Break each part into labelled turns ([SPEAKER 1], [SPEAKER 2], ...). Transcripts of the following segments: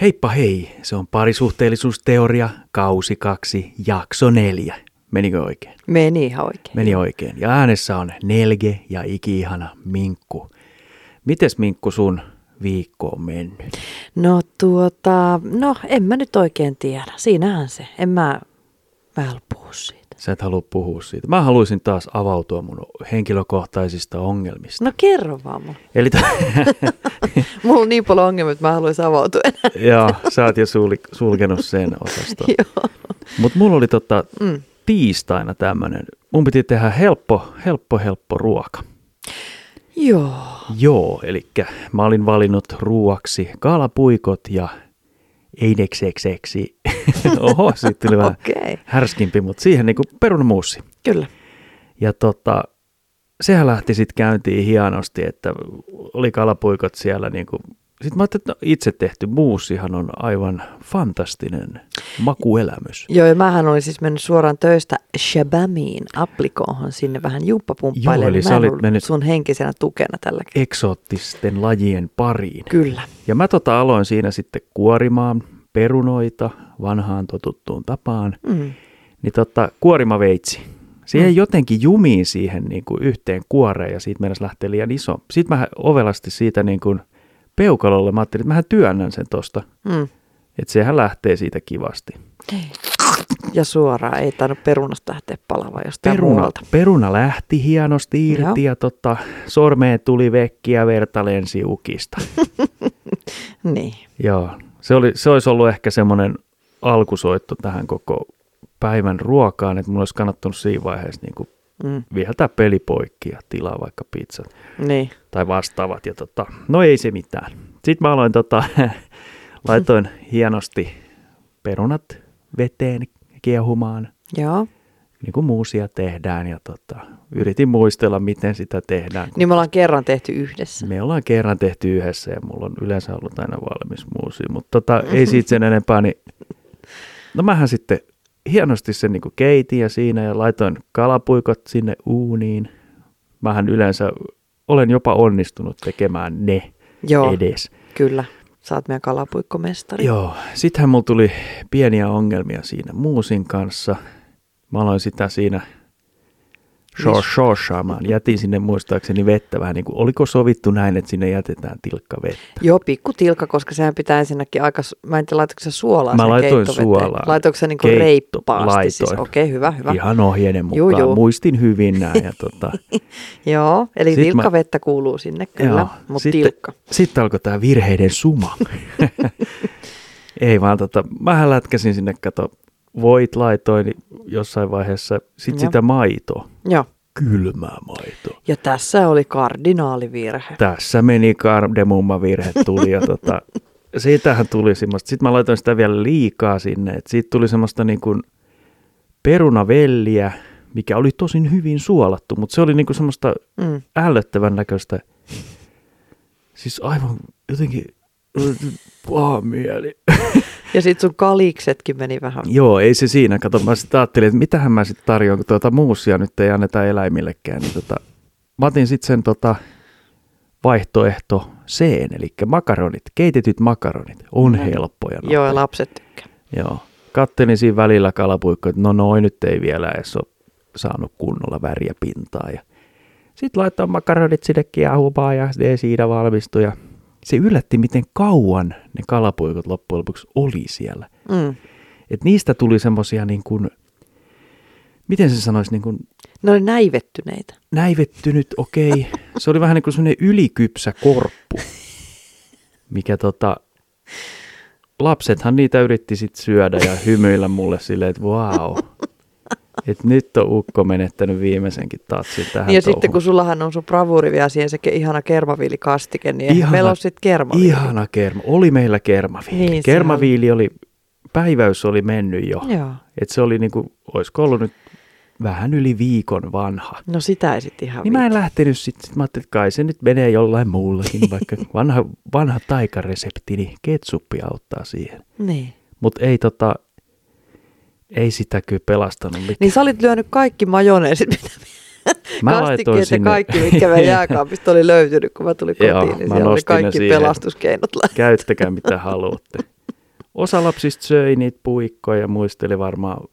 [SPEAKER 1] Heippa hei, se on parisuhteellisuusteoria, kausi kaksi, jakso neljä. Menikö oikein?
[SPEAKER 2] Meni ihan oikein.
[SPEAKER 1] Meni oikein. Ja äänessä on Nelge ja ikihana Minkku. Mites Minkku sun viikko on mennyt?
[SPEAKER 2] No tuota, no en mä nyt oikein tiedä. Siinähän se. En mä, mä en puhu siitä.
[SPEAKER 1] Sä et halua puhua siitä. Mä haluaisin taas avautua mun henkilökohtaisista ongelmista.
[SPEAKER 2] No kerro vaan mulle.
[SPEAKER 1] Eli t-
[SPEAKER 2] Mulla on niin paljon ongelmia, että mä haluaisin avautua enää.
[SPEAKER 1] joo, sä oot jo suuli- sulkenut sen osaston.
[SPEAKER 2] Joo.
[SPEAKER 1] Mutta mulla oli tota,
[SPEAKER 2] Mm.
[SPEAKER 1] tiistaina tämmönen, mun piti tehdä helppo, helppo, helppo ruoka.
[SPEAKER 2] Joo.
[SPEAKER 1] Joo, eli mä olin valinnut ruuaksi kaalapuikot ja eineksekseksi. Oho, siitä tuli vähän
[SPEAKER 2] Okei. Okay.
[SPEAKER 1] härskimpi, mutta siihen niinku perunamuussi.
[SPEAKER 2] Kyllä.
[SPEAKER 1] Ja tota, sehän lähti sitten käyntiin hienosti, että oli kalapuikot siellä niinku. Sitten mä ajattelin, että no, itse tehty muussihan on aivan fantastinen makuelämys.
[SPEAKER 2] Joo, ja mähän olin siis mennyt suoraan töistä Shabamiin, applikoonhan sinne vähän
[SPEAKER 1] Joo,
[SPEAKER 2] jumppapumppailemaan.
[SPEAKER 1] eli
[SPEAKER 2] Mä
[SPEAKER 1] sä
[SPEAKER 2] en
[SPEAKER 1] olit
[SPEAKER 2] ollut
[SPEAKER 1] mennyt-
[SPEAKER 2] sun henkisenä tukena tällä kertaa.
[SPEAKER 1] Eksoottisten lajien pariin.
[SPEAKER 2] Kyllä.
[SPEAKER 1] Ja mä tota aloin siinä sitten kuorimaan perunoita vanhaan totuttuun tapaan.
[SPEAKER 2] Mm.
[SPEAKER 1] Niin tota, kuorimaveitsi. Siihen mm. jotenkin jumiin siihen niin kuin yhteen kuoreen ja siitä mennessä lähtee liian iso. Sitten mä ovelasti siitä niin kuin peukalolle, mä ajattelin, että mähän työnnän sen tosta.
[SPEAKER 2] Mm.
[SPEAKER 1] Että sehän lähtee siitä kivasti.
[SPEAKER 2] Ja suoraan, ei tainnut perunasta lähteä palavaa jostain
[SPEAKER 1] Peruna,
[SPEAKER 2] muualta.
[SPEAKER 1] peruna lähti hienosti irti
[SPEAKER 2] Joo.
[SPEAKER 1] ja tota, sormeen tuli vekkiä verta lensi ukista.
[SPEAKER 2] Niin.
[SPEAKER 1] Joo, se, oli, se olisi ollut ehkä semmoinen alkusoitto tähän koko päivän ruokaan, että mun olisi kannattanut siinä vaiheessa niin kuin
[SPEAKER 2] Mm.
[SPEAKER 1] viheltää peli poikki ja tilaa vaikka pizzat
[SPEAKER 2] Niin.
[SPEAKER 1] tai vastaavat. Ja tota, no ei se mitään. Sitten mä aloin, tota, laitoin hienosti perunat veteen kiehumaan,
[SPEAKER 2] Joo.
[SPEAKER 1] niin kuin muusia tehdään. Ja tota, yritin muistella, miten sitä tehdään. kun
[SPEAKER 2] Niin me ollaan kerran tehty yhdessä.
[SPEAKER 1] Me ollaan kerran tehty yhdessä ja mulla on yleensä ollut aina valmis muusi, mutta tota, ei siitä sen enempää. Niin... No mähän sitten hienosti sen niin keitin ja siinä ja laitoin kalapuikot sinne uuniin. Mähän yleensä olen jopa onnistunut tekemään ne
[SPEAKER 2] Joo,
[SPEAKER 1] Joo. No niin. edes.
[SPEAKER 2] kyllä. Sä oot meidän kalapuikkomestari.
[SPEAKER 1] Joo, sittenhän mulla tuli pieniä ongelmia siinä muusin kanssa. Mä aloin sitä siinä shaw-
[SPEAKER 2] Mis-
[SPEAKER 1] shawshaamaan. Jätin sinne muistaakseni vettä vähän niin kuin, oliko sovittu näin, että sinne jätetään tilkka vettä?
[SPEAKER 2] Joo, pikku tilka, koska sehän pitää ensinnäkin aika, su- mä en tiedä, laitoiko sä suolaa
[SPEAKER 1] Mä
[SPEAKER 2] sen
[SPEAKER 1] laitoin
[SPEAKER 2] keittoveteen?
[SPEAKER 1] suolaa.
[SPEAKER 2] Laitoiko sä niinku
[SPEAKER 1] Keitto-
[SPEAKER 2] reippaasti siis?
[SPEAKER 1] laitoin.
[SPEAKER 2] Okei, okay, hyvä, hyvä.
[SPEAKER 1] Ihan ohjeiden
[SPEAKER 2] Juu,
[SPEAKER 1] mukaan. Juu,
[SPEAKER 2] juu.
[SPEAKER 1] Muistin hyvin nämä. Ja tota,
[SPEAKER 2] Joo, eli
[SPEAKER 1] Sit mä-
[SPEAKER 2] tilkkavettä kuuluu sinne kyllä,
[SPEAKER 1] joo.
[SPEAKER 2] mutta
[SPEAKER 1] sitten,
[SPEAKER 2] tilkka.
[SPEAKER 1] Sitten alkoi tämä virheiden suma. Ei vaan, tota, mähän lätkäsin sinne, kato, voit laitoin jossain vaiheessa, sit
[SPEAKER 2] Joo.
[SPEAKER 1] sitä maitoa,
[SPEAKER 2] Joo,
[SPEAKER 1] kylmää maitoa.
[SPEAKER 2] ja tässä oli kardinaalivirhe.
[SPEAKER 1] Tässä meni kardemumma virhe tuli ja tota, siitähän tuli semmoista. Sitten mä laitoin sitä vielä liikaa sinne, että siitä tuli semmoista niin kuin perunavelliä, mikä oli tosin hyvin suolattu, mutta se oli niin kuin semmoista
[SPEAKER 2] Mm.
[SPEAKER 1] ällöttävän näköistä. Siis aivan jotenkin paha mieli.
[SPEAKER 2] Ja sit sun kaliksetkin meni vähän.
[SPEAKER 1] Joo, ei se siinä. Kato, mä sitten ajattelin, että mitähän mä sitten tarjoan, kun tuota muusia nyt ei anneta eläimillekään. Niin tota, mä otin sitten sen tota, vaihtoehto C, eli makaronit, keitetyt makaronit. On
[SPEAKER 2] Mm.
[SPEAKER 1] helppoja.
[SPEAKER 2] Joo, ja
[SPEAKER 1] nopeita.
[SPEAKER 2] lapset tykkää.
[SPEAKER 1] Joo. Kattelin siinä välillä kalapuikkoja, että no noin nyt ei vielä edes ole saanut kunnolla väriä pintaa. Ja sitten laittaa makaronit sinne kiehumaan ja ne siinä valmistui. Ja se yllätti, miten kauan ne kalapuikot loppujen lopuksi oli siellä.
[SPEAKER 2] Mm.
[SPEAKER 1] Et niistä tuli semmoisia niin kuin, miten se sanoisi, niin kuin
[SPEAKER 2] Ne oli näivettyneitä.
[SPEAKER 1] näivettynyt, okei. Okay. Se oli vähän niin kuin semmoinen ylikypsä korppu, mikä tota, lapsethan niitä yritti sit syödä ja hymyillä mulle silleen, että vau. Et nyt on ukko menettänyt viimeisenkin tatsin tähän
[SPEAKER 2] Niin ja
[SPEAKER 1] touhuun.
[SPEAKER 2] sitten kun sullahan on sun bravuri vielä siihen se ke- ihana kermaviilikastike, niin eihän
[SPEAKER 1] Ihana-
[SPEAKER 2] meillä on sitten kermaviili.
[SPEAKER 1] Ihana kerma. Oli meillä kermaviili.
[SPEAKER 2] Niin,
[SPEAKER 1] Niin,
[SPEAKER 2] se on.
[SPEAKER 1] kermaviili oli, päiväys oli mennyt jo.
[SPEAKER 2] Joo.
[SPEAKER 1] Et se oli niinku, olisiko ollut nyt vähän yli viikon vanha.
[SPEAKER 2] No sitä ei sitten ihan
[SPEAKER 1] Niin mä en lähtenyt sitten, sit mä ajattelin, että kai se nyt menee jollain muullakin, vaikka vanha, vanha taikaresepti, niin ketsuppi auttaa siihen.
[SPEAKER 2] viitsi. Niin.
[SPEAKER 1] Mutta ei tota, ei sitä kyllä pelastanut mitään.
[SPEAKER 2] Niin sä olit lyönyt kaikki majoneesit, mitä
[SPEAKER 1] mä
[SPEAKER 2] kastikkeet ja kaikki, mitkä meidän jääkaapista oli löytynyt, kun mä tulin
[SPEAKER 1] Joo,
[SPEAKER 2] kotiin, niin
[SPEAKER 1] mä
[SPEAKER 2] siellä oli
[SPEAKER 1] nostin ne
[SPEAKER 2] kaikki
[SPEAKER 1] siihen.
[SPEAKER 2] pelastuskeinot. laitettu.
[SPEAKER 1] Käyttäkää mitä haluatte. Osa lapsista söi niitä puikkoja ja muisteli varmaan,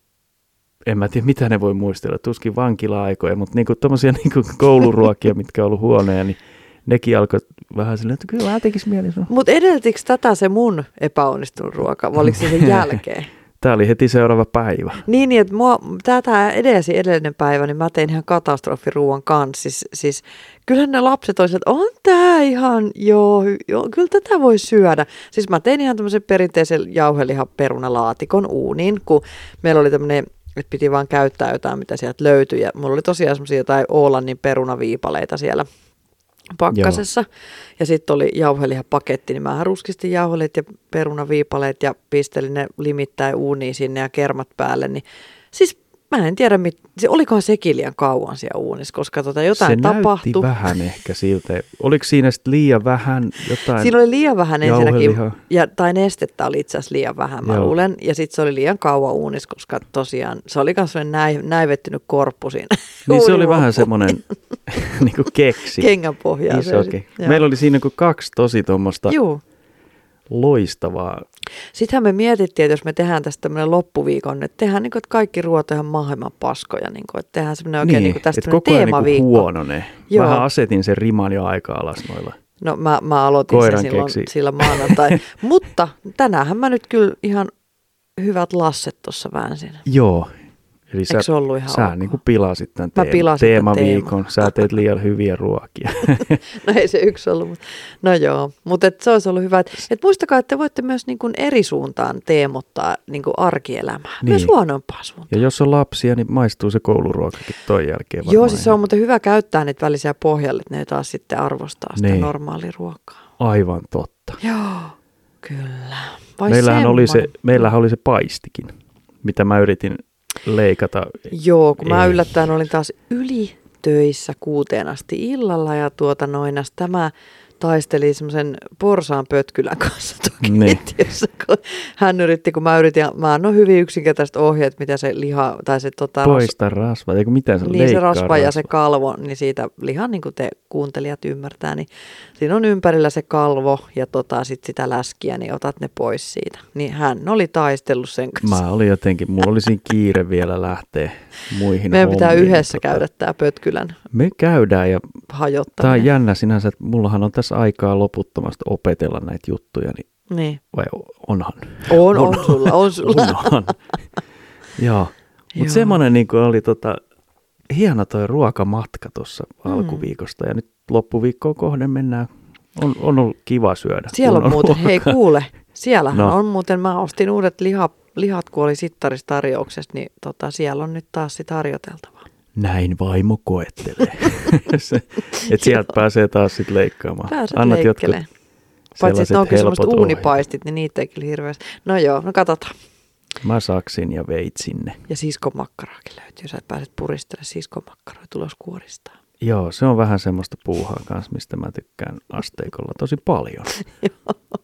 [SPEAKER 1] en mä tiedä mitä ne voi muistella, tuskin vankila-aikoja, mutta niinku tommosia niinku kouluruokia, mitkä on ollut huonoja, niin nekin alkoi vähän silleen, että kyllä vähän tekisi mieli sun.
[SPEAKER 2] Mutta edeltikö tätä se mun epäonnistunut ruoka, vai oliko se sen jälkeen?
[SPEAKER 1] Tämä oli heti seuraava päivä.
[SPEAKER 2] Niin, niin että mua, tätä edesi edellinen päivä, niin mä tein ihan katastrofiruuan kanssa. Siis, siis kyllähän ne lapset olisivat, että on tää ihan, joo, joo, kyllä tätä voi syödä. Siis mä tein ihan tämmöisen perinteisen jauhelihaperunalaatikon uuniin, kun meillä oli tämmöinen että piti vaan käyttää jotain, mitä sieltä löytyi. Ja mulla oli tosiaan semmoisia jotain Oolannin perunaviipaleita siellä pakkasessa. Joo. Ja sitten oli jauhelihapaketti, niin mä ruskistin jauhelit ja perunaviipaleet ja pistelin ne limittäin uuniin sinne ja kermat päälle. Niin, siis mä en tiedä, mit, se, olikohan sekin liian kauan siellä uunissa, koska tota jotain
[SPEAKER 1] se
[SPEAKER 2] tapahtui.
[SPEAKER 1] näytti vähän ehkä siltä. Oliko siinä sitten liian vähän jotain?
[SPEAKER 2] Siinä oli liian vähän ensinnäkin,
[SPEAKER 1] Jauhelihaa.
[SPEAKER 2] ja, tai nestettä oli itse asiassa liian vähän, mä
[SPEAKER 1] Joo.
[SPEAKER 2] luulen. Ja sitten se oli liian kauan uunissa, koska tosiaan se oli myös näin, näivettynyt korppu siinä.
[SPEAKER 1] Niin se oli
[SPEAKER 2] uunin
[SPEAKER 1] vähän
[SPEAKER 2] loppu-
[SPEAKER 1] semmoinen niinku keksi.
[SPEAKER 2] Kengän pohjaa.
[SPEAKER 1] Iso ke- Meillä oli siinä kuin kaksi tosi tuommoista
[SPEAKER 2] Joo.
[SPEAKER 1] loistavaa.
[SPEAKER 2] Sittenhän me mietittiin, että jos me tehdään tästä tämmöinen loppuviikon, että tehdään niin kuin, että kaikki ruoat on ihan maailman paskoja, niin kuin, että tehdään semmoinen oikein niin, niin tästä
[SPEAKER 1] että koko ajan niinku
[SPEAKER 2] teemaviikko.
[SPEAKER 1] huonone.
[SPEAKER 2] Joo.
[SPEAKER 1] Vähän asetin sen riman jo aika alas noilla.
[SPEAKER 2] No mä, mä aloitin sen
[SPEAKER 1] Koiran
[SPEAKER 2] silloin,
[SPEAKER 1] keksi.
[SPEAKER 2] sillä maanantai. Mutta tänäänhän mä nyt kyllä ihan hyvät lasset tuossa väänsin.
[SPEAKER 1] Joo. Eli sä,
[SPEAKER 2] Eikö se ollut ihan
[SPEAKER 1] sä
[SPEAKER 2] ok?
[SPEAKER 1] niinku pilasit tämän
[SPEAKER 2] Mä
[SPEAKER 1] teem-
[SPEAKER 2] pilasin tän
[SPEAKER 1] teemaviikon.
[SPEAKER 2] teeman.
[SPEAKER 1] Sä teet liian hyviä ruokia.
[SPEAKER 2] No ei se yksi ollut, mutta no joo. Mutta et se olisi ollut hyvä. Et, et muistakaa, että te voitte myös niin kuin eri suuntaan teemottaa niin kuin arkielämää. Niin. Myös
[SPEAKER 1] Niin.
[SPEAKER 2] huonompaan suuntaan.
[SPEAKER 1] ja jos on lapsia, niin maistuu se kouluruokakin toi jälkeen varmaan.
[SPEAKER 2] Joo, siis se
[SPEAKER 1] ihan
[SPEAKER 2] on muuten hyvä käyttää niitä välisiä pohjalle, että ne taas sitten arvostaa sitä
[SPEAKER 1] Niin.
[SPEAKER 2] normaaliruokaa.
[SPEAKER 1] Aivan totta.
[SPEAKER 2] Joo, kyllä. Vai
[SPEAKER 1] meillähän oli, se,
[SPEAKER 2] semmonen?
[SPEAKER 1] meillähän oli se paistikin, mitä mä yritin leikata.
[SPEAKER 2] Joo, kun mä
[SPEAKER 1] Ei.
[SPEAKER 2] yllättäen olin taas yli töissä kuuteen asti illalla ja tuota noinas tämä taisteli semmoisen porsaan pötkylän kanssa tuolla
[SPEAKER 1] Niin.
[SPEAKER 2] keittiössä, kun hän yritti, kun mä yritin, mä annoin hyvin yksinkertaiset ohjeet, mitä se liha, tai se tota, ras-
[SPEAKER 1] Poista rasva, eikö mitään se
[SPEAKER 2] Niin se
[SPEAKER 1] leikkaa
[SPEAKER 2] rasva ja se kalvo, niin siitä lihan, niin kuin te kuuntelijat ymmärtää, niin siinä on ympärillä se kalvo ja tota, sit sitä läskiä, niin otat ne pois siitä. Niin hän oli taistellut sen kanssa.
[SPEAKER 1] Mä olin jotenkin, mulla oli siinä kiire vielä lähteä muihin
[SPEAKER 2] Meidän pitää
[SPEAKER 1] hommiin,
[SPEAKER 2] yhdessä
[SPEAKER 1] tota.
[SPEAKER 2] käydä tämä pötkylän
[SPEAKER 1] Me käydään ja tämä on
[SPEAKER 2] hajottaminen.
[SPEAKER 1] jännä sinänsä, että mullahan on tässä aikaa loputtomasti opetella näitä juttuja, niin
[SPEAKER 2] niin.
[SPEAKER 1] vai onhan?
[SPEAKER 2] On,
[SPEAKER 1] On.
[SPEAKER 2] on sulla, on sulla.
[SPEAKER 1] Onhan. Joo.
[SPEAKER 2] Joo.
[SPEAKER 1] Mutta semmoinen niin oli tota, hieno toi ruokamatka tuossa
[SPEAKER 2] Mm.
[SPEAKER 1] alkuviikosta ja nyt loppuviikkoon kohden mennään. On, on ollut kiva syödä.
[SPEAKER 2] Siellä on
[SPEAKER 1] kunnon
[SPEAKER 2] muuten, hei
[SPEAKER 1] ruokaa.
[SPEAKER 2] kuule, siellähän no.
[SPEAKER 1] No.
[SPEAKER 2] on muuten, mä ostin uudet lihat, lihat kun oli sittaristarjouksessa, niin tota, siellä on nyt taas sit harjoiteltavaa.
[SPEAKER 1] Näin vaimo koettelee. Se- Et sieltä pääsee taas sitten leikkaamaan.
[SPEAKER 2] Pääset leikkeleen. Paitsi että ne
[SPEAKER 1] sellaiset
[SPEAKER 2] onkin semmoiset
[SPEAKER 1] helpot
[SPEAKER 2] uunipaistit, niin niitä ei kyllä hirveästi. No joo, no katsotaan.
[SPEAKER 1] ohjeet. Mä saksin ja veit sinne.
[SPEAKER 2] Ja siskomakkaraakin löytyy, sä pääset puristelemaan siskomakkaroita tulos kuoristaa.
[SPEAKER 1] Joo, se on vähän semmoista puuhaa kanssa, mistä mä tykkään asteikolla tosi paljon.
[SPEAKER 2] Joo.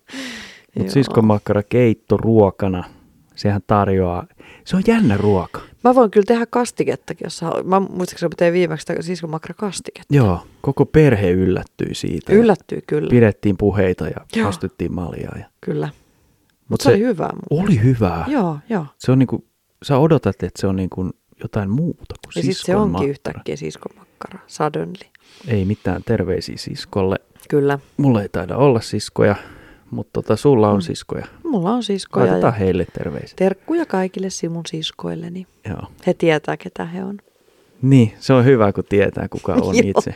[SPEAKER 1] Mutta siskomakkara keitto ruokana, sehän tarjoaa, se on jännä ruoka.
[SPEAKER 2] Mä voin kyllä tehdä kastikettakin, jos sä haluat. Mä muistaakseni mä tein viimeksi sitä siskomakkarakastiketta.
[SPEAKER 1] Joo, koko perhe yllättyi siitä. ja
[SPEAKER 2] Yllättyy kyllä, Pidä.
[SPEAKER 1] Pidettiin puheita ja
[SPEAKER 2] Joo.
[SPEAKER 1] Joo. astyttiin maljaa. Ja...
[SPEAKER 2] kyllä. Mutta
[SPEAKER 1] Mut
[SPEAKER 2] se, oli
[SPEAKER 1] se-
[SPEAKER 2] hyvää.
[SPEAKER 1] Oli hyvää.
[SPEAKER 2] Joo, joo.
[SPEAKER 1] Se on niinku, sä odotat, että se on niinku jotain muuta kuin
[SPEAKER 2] Ja sitten se
[SPEAKER 1] siskon
[SPEAKER 2] onkin
[SPEAKER 1] makkara.
[SPEAKER 2] yhtäkkiä siskomakkara, suddenly.
[SPEAKER 1] Ei mitään terveisiä siskolle.
[SPEAKER 2] Kyllä,
[SPEAKER 1] Mulla ei taida olla siskoja, mutta tota, sulla on
[SPEAKER 2] Mm.
[SPEAKER 1] siskoja.
[SPEAKER 2] mulla on siskoja
[SPEAKER 1] Laitetaan
[SPEAKER 2] ja
[SPEAKER 1] heille terveisiä.
[SPEAKER 2] terkkuja kaikille Simun siskoilleni.
[SPEAKER 1] Joo.
[SPEAKER 2] He tietää, ketä he on.
[SPEAKER 1] Niin, se on hyvä, kun tietää, kuka on
[SPEAKER 2] Joo.
[SPEAKER 1] itse.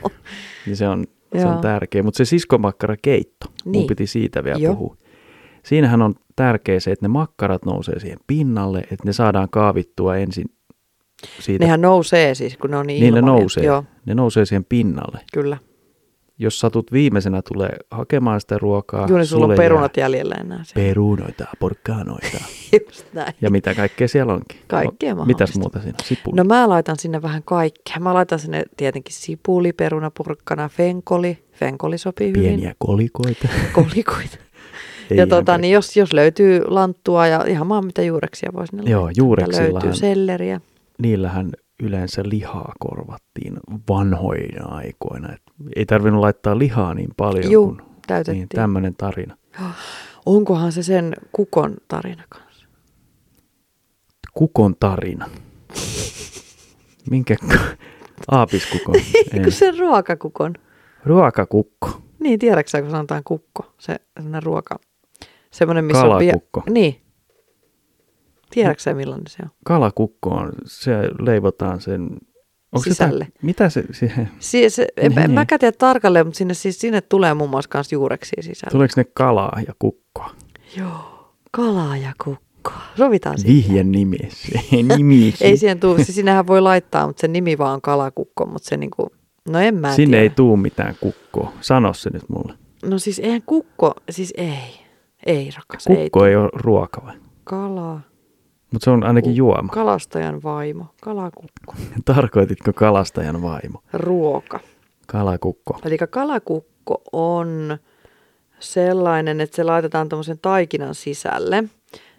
[SPEAKER 1] Niin se on, se
[SPEAKER 2] Joo.
[SPEAKER 1] on tärkeä. Mutta se siskomakkarakeitto, niin.
[SPEAKER 2] Niin.
[SPEAKER 1] mun piti siitä vielä
[SPEAKER 2] Joo.
[SPEAKER 1] Joo. puhua. Siinähän on tärkeää se, että ne makkarat nousee siihen pinnalle, että ne saadaan kaavittua ensin siitä.
[SPEAKER 2] Nehän nousee siis, kun ne on niin
[SPEAKER 1] niin ne
[SPEAKER 2] ilmavia.
[SPEAKER 1] nousee.
[SPEAKER 2] Joo,
[SPEAKER 1] Ne nousee siihen pinnalle.
[SPEAKER 2] kyllä.
[SPEAKER 1] Jos satut viimeisenä tulee hakemaan sitä ruokaa.
[SPEAKER 2] Juuri sulla on
[SPEAKER 1] sulle
[SPEAKER 2] perunat
[SPEAKER 1] jää
[SPEAKER 2] jäljellä enää. Se.
[SPEAKER 1] Perunoita, porkkanoita
[SPEAKER 2] Just näin.
[SPEAKER 1] ja mitä kaikkea siellä onkin.
[SPEAKER 2] Kaikkea
[SPEAKER 1] No,
[SPEAKER 2] mahdollista.
[SPEAKER 1] Mitäs muuta siinä? Sipulia.
[SPEAKER 2] No mä laitan sinne vähän kaikkea. Mä laitan sinne tietenkin sipuli, peruna, purkkana, fenkoli. Fenkoli sopii hyvin.
[SPEAKER 1] Pieniä kolikoita.
[SPEAKER 2] Kolikoita.
[SPEAKER 1] Ei
[SPEAKER 2] niin. ja
[SPEAKER 1] ihan
[SPEAKER 2] tota,
[SPEAKER 1] kaikkea.
[SPEAKER 2] niin jos, jos löytyy lanttua ja ihan maan mitä juureksia voi sinne
[SPEAKER 1] Joo,
[SPEAKER 2] laittaa. Löytyy
[SPEAKER 1] juureksillahan-
[SPEAKER 2] selleriä.
[SPEAKER 1] niillähän yleensä lihaa korvattiin vanhoina aikoina. Et ei tarvinnut laittaa lihaa niin paljon
[SPEAKER 2] Juu,
[SPEAKER 1] kuin
[SPEAKER 2] täytettiin.
[SPEAKER 1] niin, tämmöinen tarina.
[SPEAKER 2] Onkohan se sen kukon tarina kanssa?
[SPEAKER 1] Kukon tarina. Minkä? k- Aapiskukon. Ei.
[SPEAKER 2] Eikö sen ruokakukon?
[SPEAKER 1] Ruokakukko.
[SPEAKER 2] Niin, tiedätkö sä, kun sanotaan kukko? Se semmoinen ruoka. Semmoinen, missä
[SPEAKER 1] Kalakukko.
[SPEAKER 2] on... pie- Niin. Tiedätkö sä, millainen se on?
[SPEAKER 1] Kalakukko on, se leivotaan sen... onks se tää-
[SPEAKER 2] Sisälle.
[SPEAKER 1] mitä se, se
[SPEAKER 2] Siis, en, en
[SPEAKER 1] Niin.
[SPEAKER 2] mäkään tiedä tarkalleen, mutta sinne, siis, sinne tulee muun muassa kans juureksia sisälle.
[SPEAKER 1] tuleeko ne kalaa ja kukkoa?
[SPEAKER 2] Joo, kalaa ja kukkoa. Sovitaan siitä.
[SPEAKER 1] Vihje nimi. nimi.
[SPEAKER 2] Ei siihen tuu, siis sinähän voi laittaa, mutta sen nimi vaan on kalakukko, mutta se niinku, no en mä
[SPEAKER 1] Sinne
[SPEAKER 2] tiedä.
[SPEAKER 1] ei tuu mitään kukkoa. Sano se nyt mulle.
[SPEAKER 2] No siis eihän kukko, siis ei. Ei rakas, ei.
[SPEAKER 1] Kukko ei, ole ruoka vai?
[SPEAKER 2] Kala,
[SPEAKER 1] Mutta se on ainakin
[SPEAKER 2] Ku-
[SPEAKER 1] juoma.
[SPEAKER 2] kalastajan vaimo, kalakukko,
[SPEAKER 1] Tarkoititko kalastajan vaimo?
[SPEAKER 2] ruoka.
[SPEAKER 1] Kalakukko.
[SPEAKER 2] Eli kalakukko on sellainen, että se laitetaan tuommoisen taikinan sisälle.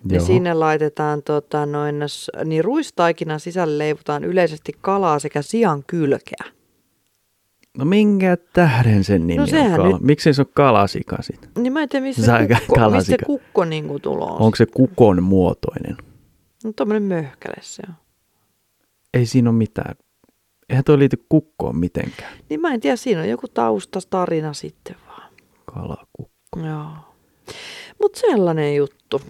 [SPEAKER 2] Ja
[SPEAKER 1] Joo.
[SPEAKER 2] sinne laitetaan tota, noin, s- niin ruistaikinan sisälle leivotaan yleisesti kalaa sekä sian kylkeä.
[SPEAKER 1] No minkä tähden sen nimi
[SPEAKER 2] No
[SPEAKER 1] no, on
[SPEAKER 2] sehän
[SPEAKER 1] kala?
[SPEAKER 2] nyt-
[SPEAKER 1] Nyt... Miksei se ole kalasika sitten?
[SPEAKER 2] Niin mä en tiedä, missä
[SPEAKER 1] Sä-
[SPEAKER 2] se kukko,
[SPEAKER 1] kalasika.
[SPEAKER 2] mistä se kukko niin kuin tulo on.
[SPEAKER 1] Onko se kukon muotoinen?
[SPEAKER 2] No tommonen möhkäle se on.
[SPEAKER 1] Ei siinä ole mitään. Eihän toi liity kukkoon mitenkään.
[SPEAKER 2] Niin mä en tiedä, siinä on joku taustastarina sitten vaan.
[SPEAKER 1] Kalakukko.
[SPEAKER 2] Joo. Mut sellainen juttu.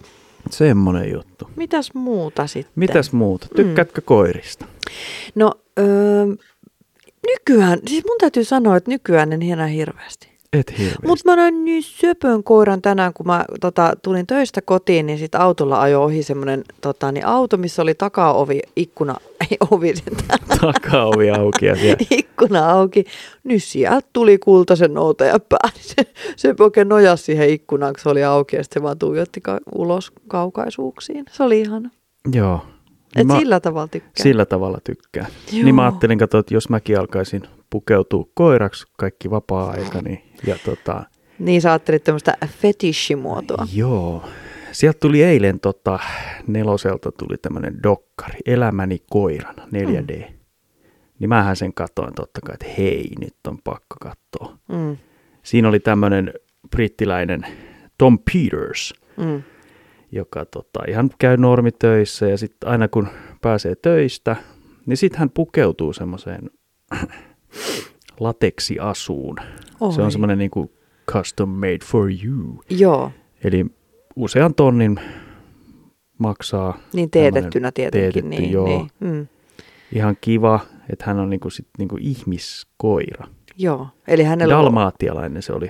[SPEAKER 1] Semmonen juttu.
[SPEAKER 2] Mitäs muuta sitten?
[SPEAKER 1] Mitäs muuta? Tykkäätkö mm. koirista?
[SPEAKER 2] No, öö, nykyään, siis mun täytyy sanoa, että nykyään en hienä hirveästi.
[SPEAKER 1] Et hirveästi. Mut...
[SPEAKER 2] Mutta mä näin niin söpön koiran tänään, kun mä tota, tulin töistä kotiin, niin sitten autolla ajoi ohi semmoinen tota, niin auto, missä oli takaovi, ikkuna, ei ovi, sentään,
[SPEAKER 1] Takaovi auki ja siellä.
[SPEAKER 2] ikkuna auki. Niin sieltä tuli kultaisen noutajan pää. Niin Se, se oikein nojasi siihen ikkunaan, kun se oli auki ja sitten se vaan tuijotti ka- ulos kaukaisuuksiin. Se oli ihana.
[SPEAKER 1] Joo.
[SPEAKER 2] Et
[SPEAKER 1] Mä-
[SPEAKER 2] sillä tavalla tykkään.
[SPEAKER 1] Sillä tavalla tykkää. Joo.
[SPEAKER 2] Joo.
[SPEAKER 1] Niin mä ajattelin, kato, että jos mäkin alkaisin pukeutua koiraksi kaikki vapaa-aika, niin, ja tota,
[SPEAKER 2] Niin sä ajattelit tämmöistä fetishimuotoa.
[SPEAKER 1] joo. Sieltä tuli eilen tota, neloselta tuli tämmöinen dokkari, Elämäni koirana, 4D. Mm. Niin mähän sen katoin totta kai, että hei, nyt on pakko katsoa.
[SPEAKER 2] Mm,
[SPEAKER 1] Siinä oli tämmöinen brittiläinen Tom Peters,
[SPEAKER 2] mm,
[SPEAKER 1] joka tota, ihan käy normitöissä ja sitten aina kun pääsee töistä, niin sitten hän pukeutuu semmoiseen lateksiasuun. Oi. Se
[SPEAKER 2] Oi.
[SPEAKER 1] on semmoinen niinku custom made for you.
[SPEAKER 2] Joo,
[SPEAKER 1] Eli usean tonnin maksaa
[SPEAKER 2] niin
[SPEAKER 1] Tämmönen
[SPEAKER 2] teetettynä tietenkin.
[SPEAKER 1] teetetty,
[SPEAKER 2] niin,
[SPEAKER 1] joo.
[SPEAKER 2] Niin, mm,
[SPEAKER 1] ihan kiva, että hän on niinku sit niinku ihmiskoira.
[SPEAKER 2] joo, eli hänellä on
[SPEAKER 1] Dalmaatialainen se oli.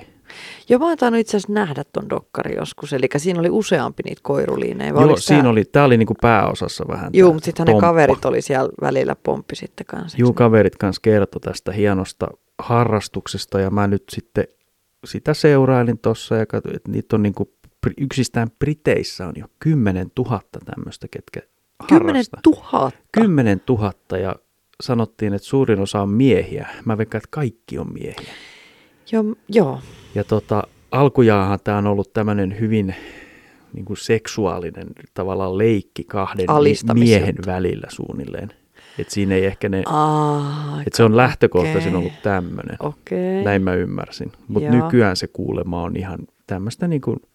[SPEAKER 2] Joo, mä oon tainnut itse asiassa nähdä ton dokkari joskus, eli siinä oli useampi niitä koiruliinejä. vai
[SPEAKER 1] Joo,
[SPEAKER 2] oliko
[SPEAKER 1] siinä
[SPEAKER 2] tää-
[SPEAKER 1] oli, tämä oli niinku pääosassa vähän.
[SPEAKER 2] Joo,
[SPEAKER 1] tää
[SPEAKER 2] mutta sitten hänen
[SPEAKER 1] pomppa.
[SPEAKER 2] kaverit oli siellä välillä pomppi sitten kanssa.
[SPEAKER 1] Juu, kaverit kanssa kertoi tästä hienosta harrastuksesta ja mä nyt sitten sitä seurailin tuossa ja katsoin, että niitä on niin kuin, yksistään Briteissä on jo 10 000 tämmöistä, ketkä
[SPEAKER 2] 10
[SPEAKER 1] harrastaa.
[SPEAKER 2] 000.
[SPEAKER 1] 10 000 ja sanottiin, että suurin osa on miehiä. Mä veikkaan, että kaikki on miehiä.
[SPEAKER 2] Joo, joo.
[SPEAKER 1] Ja tota, alkujaanhan tämä on ollut tämmöinen hyvin niin kuin seksuaalinen tavallaan leikki kahden mi-
[SPEAKER 2] Alistamisjuttu.
[SPEAKER 1] miehen välillä suunnilleen. Et siinä ei ehkä ne,
[SPEAKER 2] Aa,
[SPEAKER 1] et se on lähtökohtaisin
[SPEAKER 2] okei.
[SPEAKER 1] okay. ollut tämmöinen.
[SPEAKER 2] okei.
[SPEAKER 1] Näin mä ymmärsin. Mutta
[SPEAKER 2] Joo.
[SPEAKER 1] nykyään se kuulema on ihan tämmöistä niinku
[SPEAKER 2] Domi,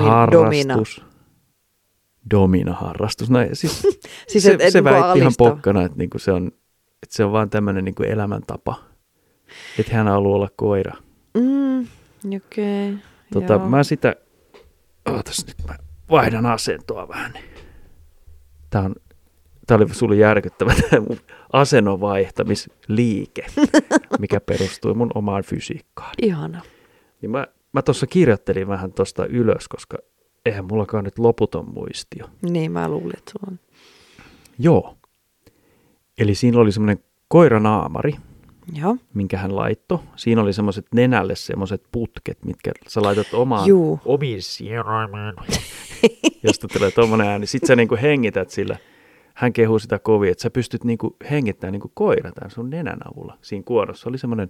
[SPEAKER 2] domina.
[SPEAKER 1] harrastus. Domina. harrastus No, siis,
[SPEAKER 2] Siis
[SPEAKER 1] se,
[SPEAKER 2] et- et
[SPEAKER 1] se
[SPEAKER 2] niinku
[SPEAKER 1] väitti ihan
[SPEAKER 2] alistava.
[SPEAKER 1] pokkana, että niinku se, on, että se on vaan tämmöinen niinku elämäntapa. Että hän haluaa olla koira.
[SPEAKER 2] Mm, okei.
[SPEAKER 1] Tota,
[SPEAKER 2] joo.
[SPEAKER 1] mä sitä... Ootas nyt, mä vaihdan asentoa vähän. Tää, on, tää oli sulle järkyttävä tää mun asennon vaihtamisliike, mikä perustui mun omaan fysiikkaan.
[SPEAKER 2] Ihana.
[SPEAKER 1] Niin mä, mä tuossa kirjoittelin vähän tuosta ylös, koska eihän mullakaan nyt loputon muistio.
[SPEAKER 2] Niin mä luulin, että sulla on.
[SPEAKER 1] Joo. Eli siinä oli semmoinen koiranaamari,
[SPEAKER 2] Joo.
[SPEAKER 1] minkä hän laittoi. Siinä oli semmoiset nenälle semmoiset putket, mitkä sä laitat omaan
[SPEAKER 2] Juu.
[SPEAKER 1] omiin sieraimen, josta tulee tommonen ääni. Sitten sä niinku hengität sillä. Hän kehuu sitä kovin, että sä pystyt niinku hengittämään niinku koira tämän sun nenän avulla. Siinä kuonossa oli semmoinen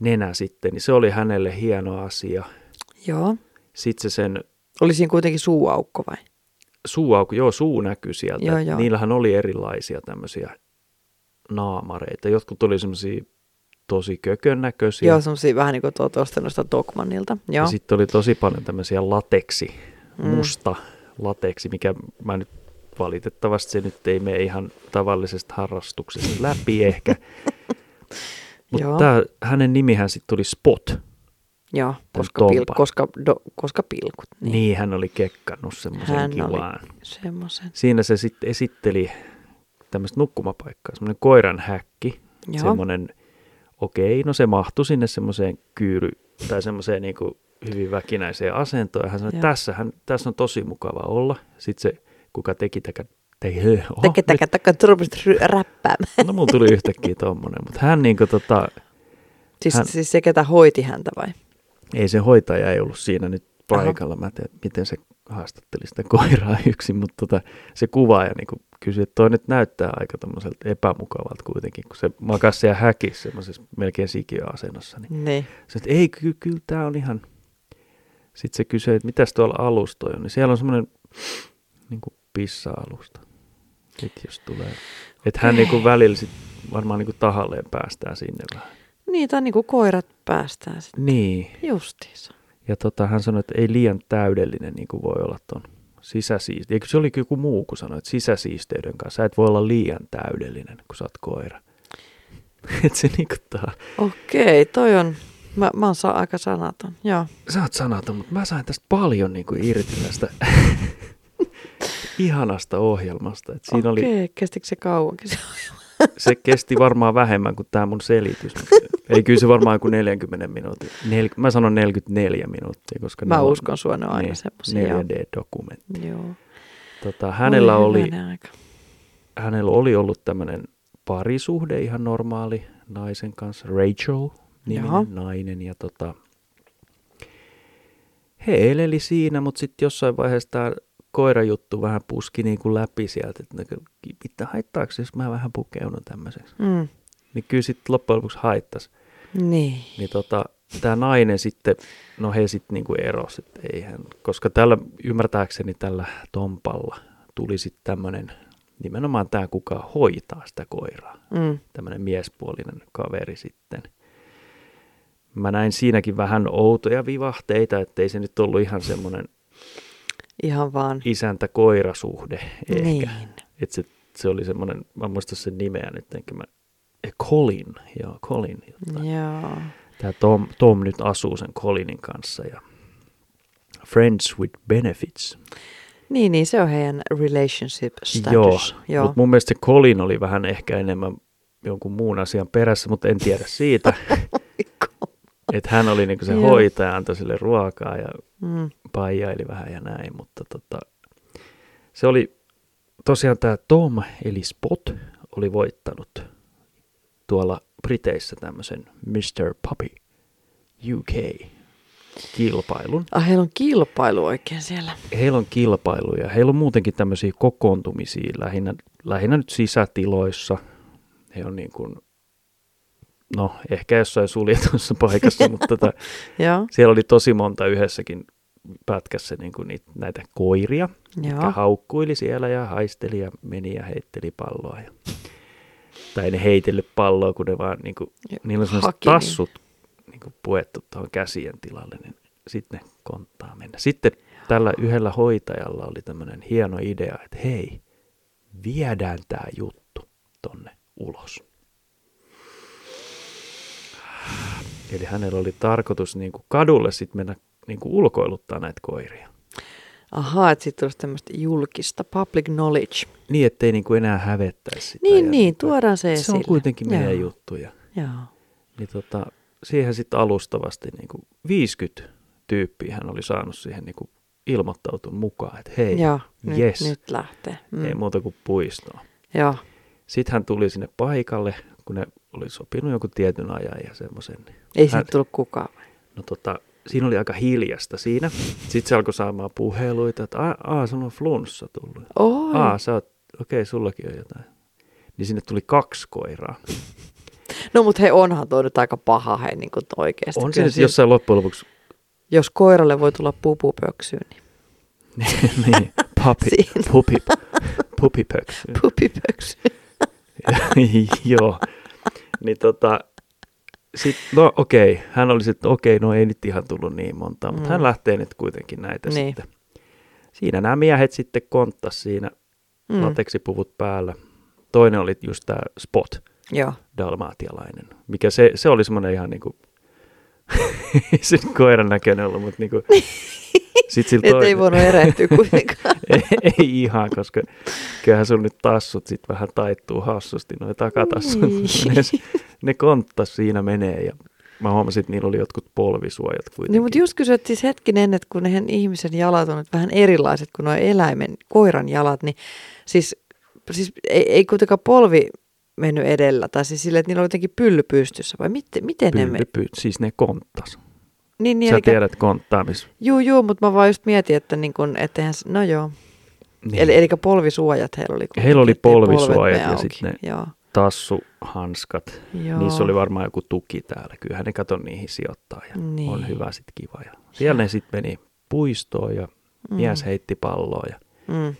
[SPEAKER 1] nenä sitten, niin se oli hänelle hieno asia.
[SPEAKER 2] Joo.
[SPEAKER 1] Sitten se sen
[SPEAKER 2] Oli siinä kuitenkin suuaukko vai?
[SPEAKER 1] suu auki, joo suu näkyy sieltä.
[SPEAKER 2] Joo,
[SPEAKER 1] Joo,
[SPEAKER 2] joo.
[SPEAKER 1] joo. Niillähän oli erilaisia tämmöisiä naamareita. Jotkut oli semmoisia tosi kökön näköisiä.
[SPEAKER 2] Joo, semmoisia vähän niin kuin tuo tuosta noista Dogmanilta. Joo.
[SPEAKER 1] Ja sitten oli tosi paljon tämmöisiä lateksi,
[SPEAKER 2] Mm.
[SPEAKER 1] mm. musta lateksi, mikä mä nyt valitettavasti se nyt ei mene ihan tavallisesta harrastuksesta läpi ehkä.
[SPEAKER 2] Joo.
[SPEAKER 1] Mutta tää- hänen nimihän sitten tuli Spot.
[SPEAKER 2] Joo, koska,
[SPEAKER 1] tompa.
[SPEAKER 2] pil, koska, do, koska pilkut.
[SPEAKER 1] Niin, niin hän oli kekkannut semmoisen
[SPEAKER 2] Hän
[SPEAKER 1] kivaan.
[SPEAKER 2] oli semmoisen.
[SPEAKER 1] Siinä se sitten esitteli tämmöistä nukkumapaikkaa, semmoinen koiran häkki,
[SPEAKER 2] Joo.
[SPEAKER 1] semmoinen, okei, no se mahtui sinne semmoiseen kyyry tai semmoiseen niin kuin hyvin väkinäiseen asentoon. Ja hän sanoi,
[SPEAKER 2] Joo.
[SPEAKER 1] että tässähän, tässä on tosi mukava olla. Sitten se, kuka teki täkä, te, oho,
[SPEAKER 2] Teke, teke, teke, että rupesit ry- räppäämään.
[SPEAKER 1] nyt- no mulla tuli yhtäkkiä tommonen, mutta hän niin kuin, tota,
[SPEAKER 2] Siis,
[SPEAKER 1] Hän-
[SPEAKER 2] siis se, ketä hoiti häntä vai?
[SPEAKER 1] ei se hoitaja ei ollut siinä nyt paikalla. Mä en tiedä, miten se haastatteli sitä koiraa yksin, mutta tota, se kuvaaja niin kysyi, että toi nyt näyttää aika tämmöiseltä epämukavalta kuitenkin, kun se makasi siellä häkissä semmoisessa melkein sikiöasennossa. Niin
[SPEAKER 2] Niin.
[SPEAKER 1] se, että ei, ky- kyllä tää on ihan... Sitten se kysyi, että mitäs tuolla alustoja on, niin siellä on semmoinen niin pissa-alusta. Sitten jos tulee... Että hän niin kuin välillä sit varmaan niin kuin tahalleen päästää sinne vähän.
[SPEAKER 2] Niitä niin kuin koirat päästään sitten.
[SPEAKER 1] Niin.
[SPEAKER 2] Justiinsa.
[SPEAKER 1] Ja tota, hän sanoi, että ei liian täydellinen niin kuin voi olla tuon sisäsiisteyden. Eikö se oli joku muu, kun sanoi, että sisäsiisteyden kanssa sä et voi olla liian täydellinen, kun sä oot koira. Et se niinku tää,
[SPEAKER 2] Okei, toi on, mä, mä oon saa aika sanaton. Joo.
[SPEAKER 1] sä oot sanaton, mutta mä sain tästä paljon niinku irti tästä ihanasta ohjelmasta. Et siinä
[SPEAKER 2] Okei,
[SPEAKER 1] oli,
[SPEAKER 2] kestikö se kauan? Kes-
[SPEAKER 1] se kesti varmaan vähemmän kuin tämä mun selitys. Ei kyllä se varmaan kuin 40 minuuttia. Nel, mä sanon 44 minuuttia, koska
[SPEAKER 2] Mä
[SPEAKER 1] ne on- niin,
[SPEAKER 2] uskon sua, ne on aina semmosia. Joo.
[SPEAKER 1] 4D-dokumentti.
[SPEAKER 2] Joo.
[SPEAKER 1] Tota, hänellä
[SPEAKER 2] Voi
[SPEAKER 1] oli,
[SPEAKER 2] hyvänen aika.
[SPEAKER 1] hänellä oli ollut tämmöinen parisuhde ihan normaali naisen kanssa, Rachel
[SPEAKER 2] Joo.
[SPEAKER 1] niminen nainen, ja tota, he eleli siinä, mutta sitten jossain vaiheessa tämä koirajuttu vähän puski niin kuin läpi sieltä, että no ky- mitä haittaako se, jos mä vähän pukeudun tämmöiseksi.
[SPEAKER 2] Mm.
[SPEAKER 1] Niin kyllä sitten loppujen lopuksi haittas.
[SPEAKER 2] Niin.
[SPEAKER 1] Niin tota, tämä nainen sitten, no he sitten niinku erosi, että eihän, koska tällä, ymmärtääkseni tällä Tompalla tuli sitten tämmöinen, nimenomaan tämä kuka hoitaa sitä koiraa,
[SPEAKER 2] Mm.
[SPEAKER 1] tämmöinen miespuolinen kaveri sitten. Mä näin siinäkin vähän outoja vivahteita, ettei se nyt ollut ihan semmoinen
[SPEAKER 2] Ihan vaan.
[SPEAKER 1] isäntä-koirasuhde ehkä.
[SPEAKER 2] Niin.
[SPEAKER 1] Et se, se oli semmoinen, mä en muista sen nimeä nyt, enkä mä, eh, Colin, joo, Colin jotain.
[SPEAKER 2] Joo.
[SPEAKER 1] Tämä Tom, Tom nyt asuu sen Colinin kanssa ja Friends with Benefits.
[SPEAKER 2] Niin, niin, se on heidän relationship status.
[SPEAKER 1] Joo.
[SPEAKER 2] Joo.
[SPEAKER 1] Mutta mun mielestä se Colin oli vähän ehkä enemmän jonkun muun asian perässä, mutta en tiedä siitä. että hän oli niinku se
[SPEAKER 2] Joo.
[SPEAKER 1] hoitaja, antoi sille ruokaa ja
[SPEAKER 2] Mm.
[SPEAKER 1] paijaili vähän ja näin, mutta tota, se oli tosiaan tämä Tom eli Spot oli voittanut tuolla Briteissä tämmöisen Mr. Puppy UK kilpailun.
[SPEAKER 2] Ah, heillä on kilpailu oikein siellä.
[SPEAKER 1] Heillä on kilpailuja, heillä on muutenkin tämmöisiä kokoontumisia lähinnä, lähinnä nyt sisätiloissa. He on niin kuin, no ehkä jossain suljetussa paikassa, mutta tota,
[SPEAKER 2] Joo.
[SPEAKER 1] siellä oli tosi monta yhdessäkin pätkässä niin kuin niitä, näitä koiria, jotka
[SPEAKER 2] Joo.
[SPEAKER 1] haukkuili siellä ja haisteli ja meni ja heitteli palloa. Ja, tai ei ne heitellyt palloa, kun ne vaan, niin kuin,
[SPEAKER 2] Ja
[SPEAKER 1] niillä on sellaiset
[SPEAKER 2] haki niitä.
[SPEAKER 1] tassut niin kuin puettu tuohon käsien tilalle, niin sitten ne konttaa mennä. Sitten tällä yhdellä hoitajalla oli tämmöinen hieno idea, että hei, viedään tämä juttu tonne ulos. Eli hänellä oli tarkoitus niin kuin kadulle sitten mennä niin kuin ulkoiluttaa näitä koiria.
[SPEAKER 2] Ahaa, että sitten tulisi tämmöistä julkista, public knowledge.
[SPEAKER 1] Niin, ettei niin kuin enää hävettäisi sitä.
[SPEAKER 2] Niin,
[SPEAKER 1] ja
[SPEAKER 2] niin,
[SPEAKER 1] kuin,
[SPEAKER 2] tuodaan se
[SPEAKER 1] Se on
[SPEAKER 2] esille.
[SPEAKER 1] kuitenkin meidän
[SPEAKER 2] Joo.
[SPEAKER 1] juttuja.
[SPEAKER 2] Joo.
[SPEAKER 1] Niin tota, siihen sitten alustavasti niin kuin 50 tyyppiä hän oli saanut siihen niin kuin ilmoittautun mukaan, että hei,
[SPEAKER 2] Joo. Nyt,
[SPEAKER 1] yes.
[SPEAKER 2] nyt lähtee. Mm.
[SPEAKER 1] ei muuta kuin puistoon.
[SPEAKER 2] Joo.
[SPEAKER 1] Sitten hän tuli sinne paikalle, kun ne oli sopinut jonkun tietyn ajan ja semmoisen.
[SPEAKER 2] Ei
[SPEAKER 1] Hän-
[SPEAKER 2] siitä tullut kukaan. vai?
[SPEAKER 1] No tota, siinä oli aika hiljasta siinä. Sitten se alkoi saamaan puheluita, että aa, aa sulla on flunssa tullut.
[SPEAKER 2] Oi.
[SPEAKER 1] Aa, sä oot, okei, sullakin on jotain. Niin sinne tuli kaksi koiraa.
[SPEAKER 2] No mutta he onhan toi nyt aika paha he niin kuin oikeasti.
[SPEAKER 1] On se
[SPEAKER 2] Kyllä
[SPEAKER 1] nyt
[SPEAKER 2] siinä-
[SPEAKER 1] jossain loppujen lopuksi,
[SPEAKER 2] Jos koiralle voi tulla pupupöksyyn, niin
[SPEAKER 1] niin, puppy,
[SPEAKER 2] Siinä.
[SPEAKER 1] puppy, puppy packs.
[SPEAKER 2] pupipöksyyn.
[SPEAKER 1] Joo, niin tota, sitten, no okei, okay. hän oli sitten, okei, okay, no ei nyt ihan tullut niin monta, mutta
[SPEAKER 2] Mm.
[SPEAKER 1] hän lähtee nyt kuitenkin näitä
[SPEAKER 2] Niin.
[SPEAKER 1] sitten. Siinä nämä miehet sitten konttas siinä, mm.
[SPEAKER 2] Mm.
[SPEAKER 1] lateksipuvut päällä. Toinen oli just tämä Spot,
[SPEAKER 2] Joo.
[SPEAKER 1] dalmaatialainen, mikä se, se oli semmoinen ihan niinku, ei se nyt koiran näköinen ollut, mutta niinku, sit sillä
[SPEAKER 2] Et
[SPEAKER 1] toinen,
[SPEAKER 2] ei voinut erehtyä kuitenkaan.
[SPEAKER 1] ei, ei ihan, koska kyllähän sun nyt tassut sit vähän taittuu hassusti, noi takatassut.
[SPEAKER 2] Niin.
[SPEAKER 1] ne, ne konttas siinä menee ja mä huomasin, että niillä oli jotkut polvisuojat kuitenkin.
[SPEAKER 2] Niin, mutta just kysyä, että siis hetkin ennen, että kun ne ihmisen jalat on nyt vähän erilaiset kuin nuo eläimen, koiran jalat, niin siis, siis ei, ei kuitenkaan polvi mennyt edellä, tai siis silleen, että niillä on jotenkin pylly pystyssä, vai miten, miten ne
[SPEAKER 1] py,
[SPEAKER 2] meni?
[SPEAKER 1] py, siis ne konttas.
[SPEAKER 2] Niin,
[SPEAKER 1] Niin,
[SPEAKER 2] niin,
[SPEAKER 1] Sä
[SPEAKER 2] eli,
[SPEAKER 1] tiedät konttaamis.
[SPEAKER 2] Juu, juu, mutta mä vaan just mietin, että niin kun, et eihän, se- no joo,
[SPEAKER 1] Niin.
[SPEAKER 2] niin. eli, eli polvisuojat heillä oli. kuitenkin,
[SPEAKER 1] Heillä oli
[SPEAKER 2] ettei polvet
[SPEAKER 1] polvisuojat
[SPEAKER 2] mene
[SPEAKER 1] ja
[SPEAKER 2] auki.
[SPEAKER 1] sit ne-
[SPEAKER 2] Joo,
[SPEAKER 1] Tassu, hanskat.
[SPEAKER 2] joo.
[SPEAKER 1] Joo. Niissä oli varmaan joku tuki täällä. Kyllähän ne kato niihin sijoittaa ja niin.
[SPEAKER 2] Niin.
[SPEAKER 1] on hyvä sitten kiva. Ja siellä ne sitten meni puistoon ja mm. mies heitti palloa ja
[SPEAKER 2] Mm.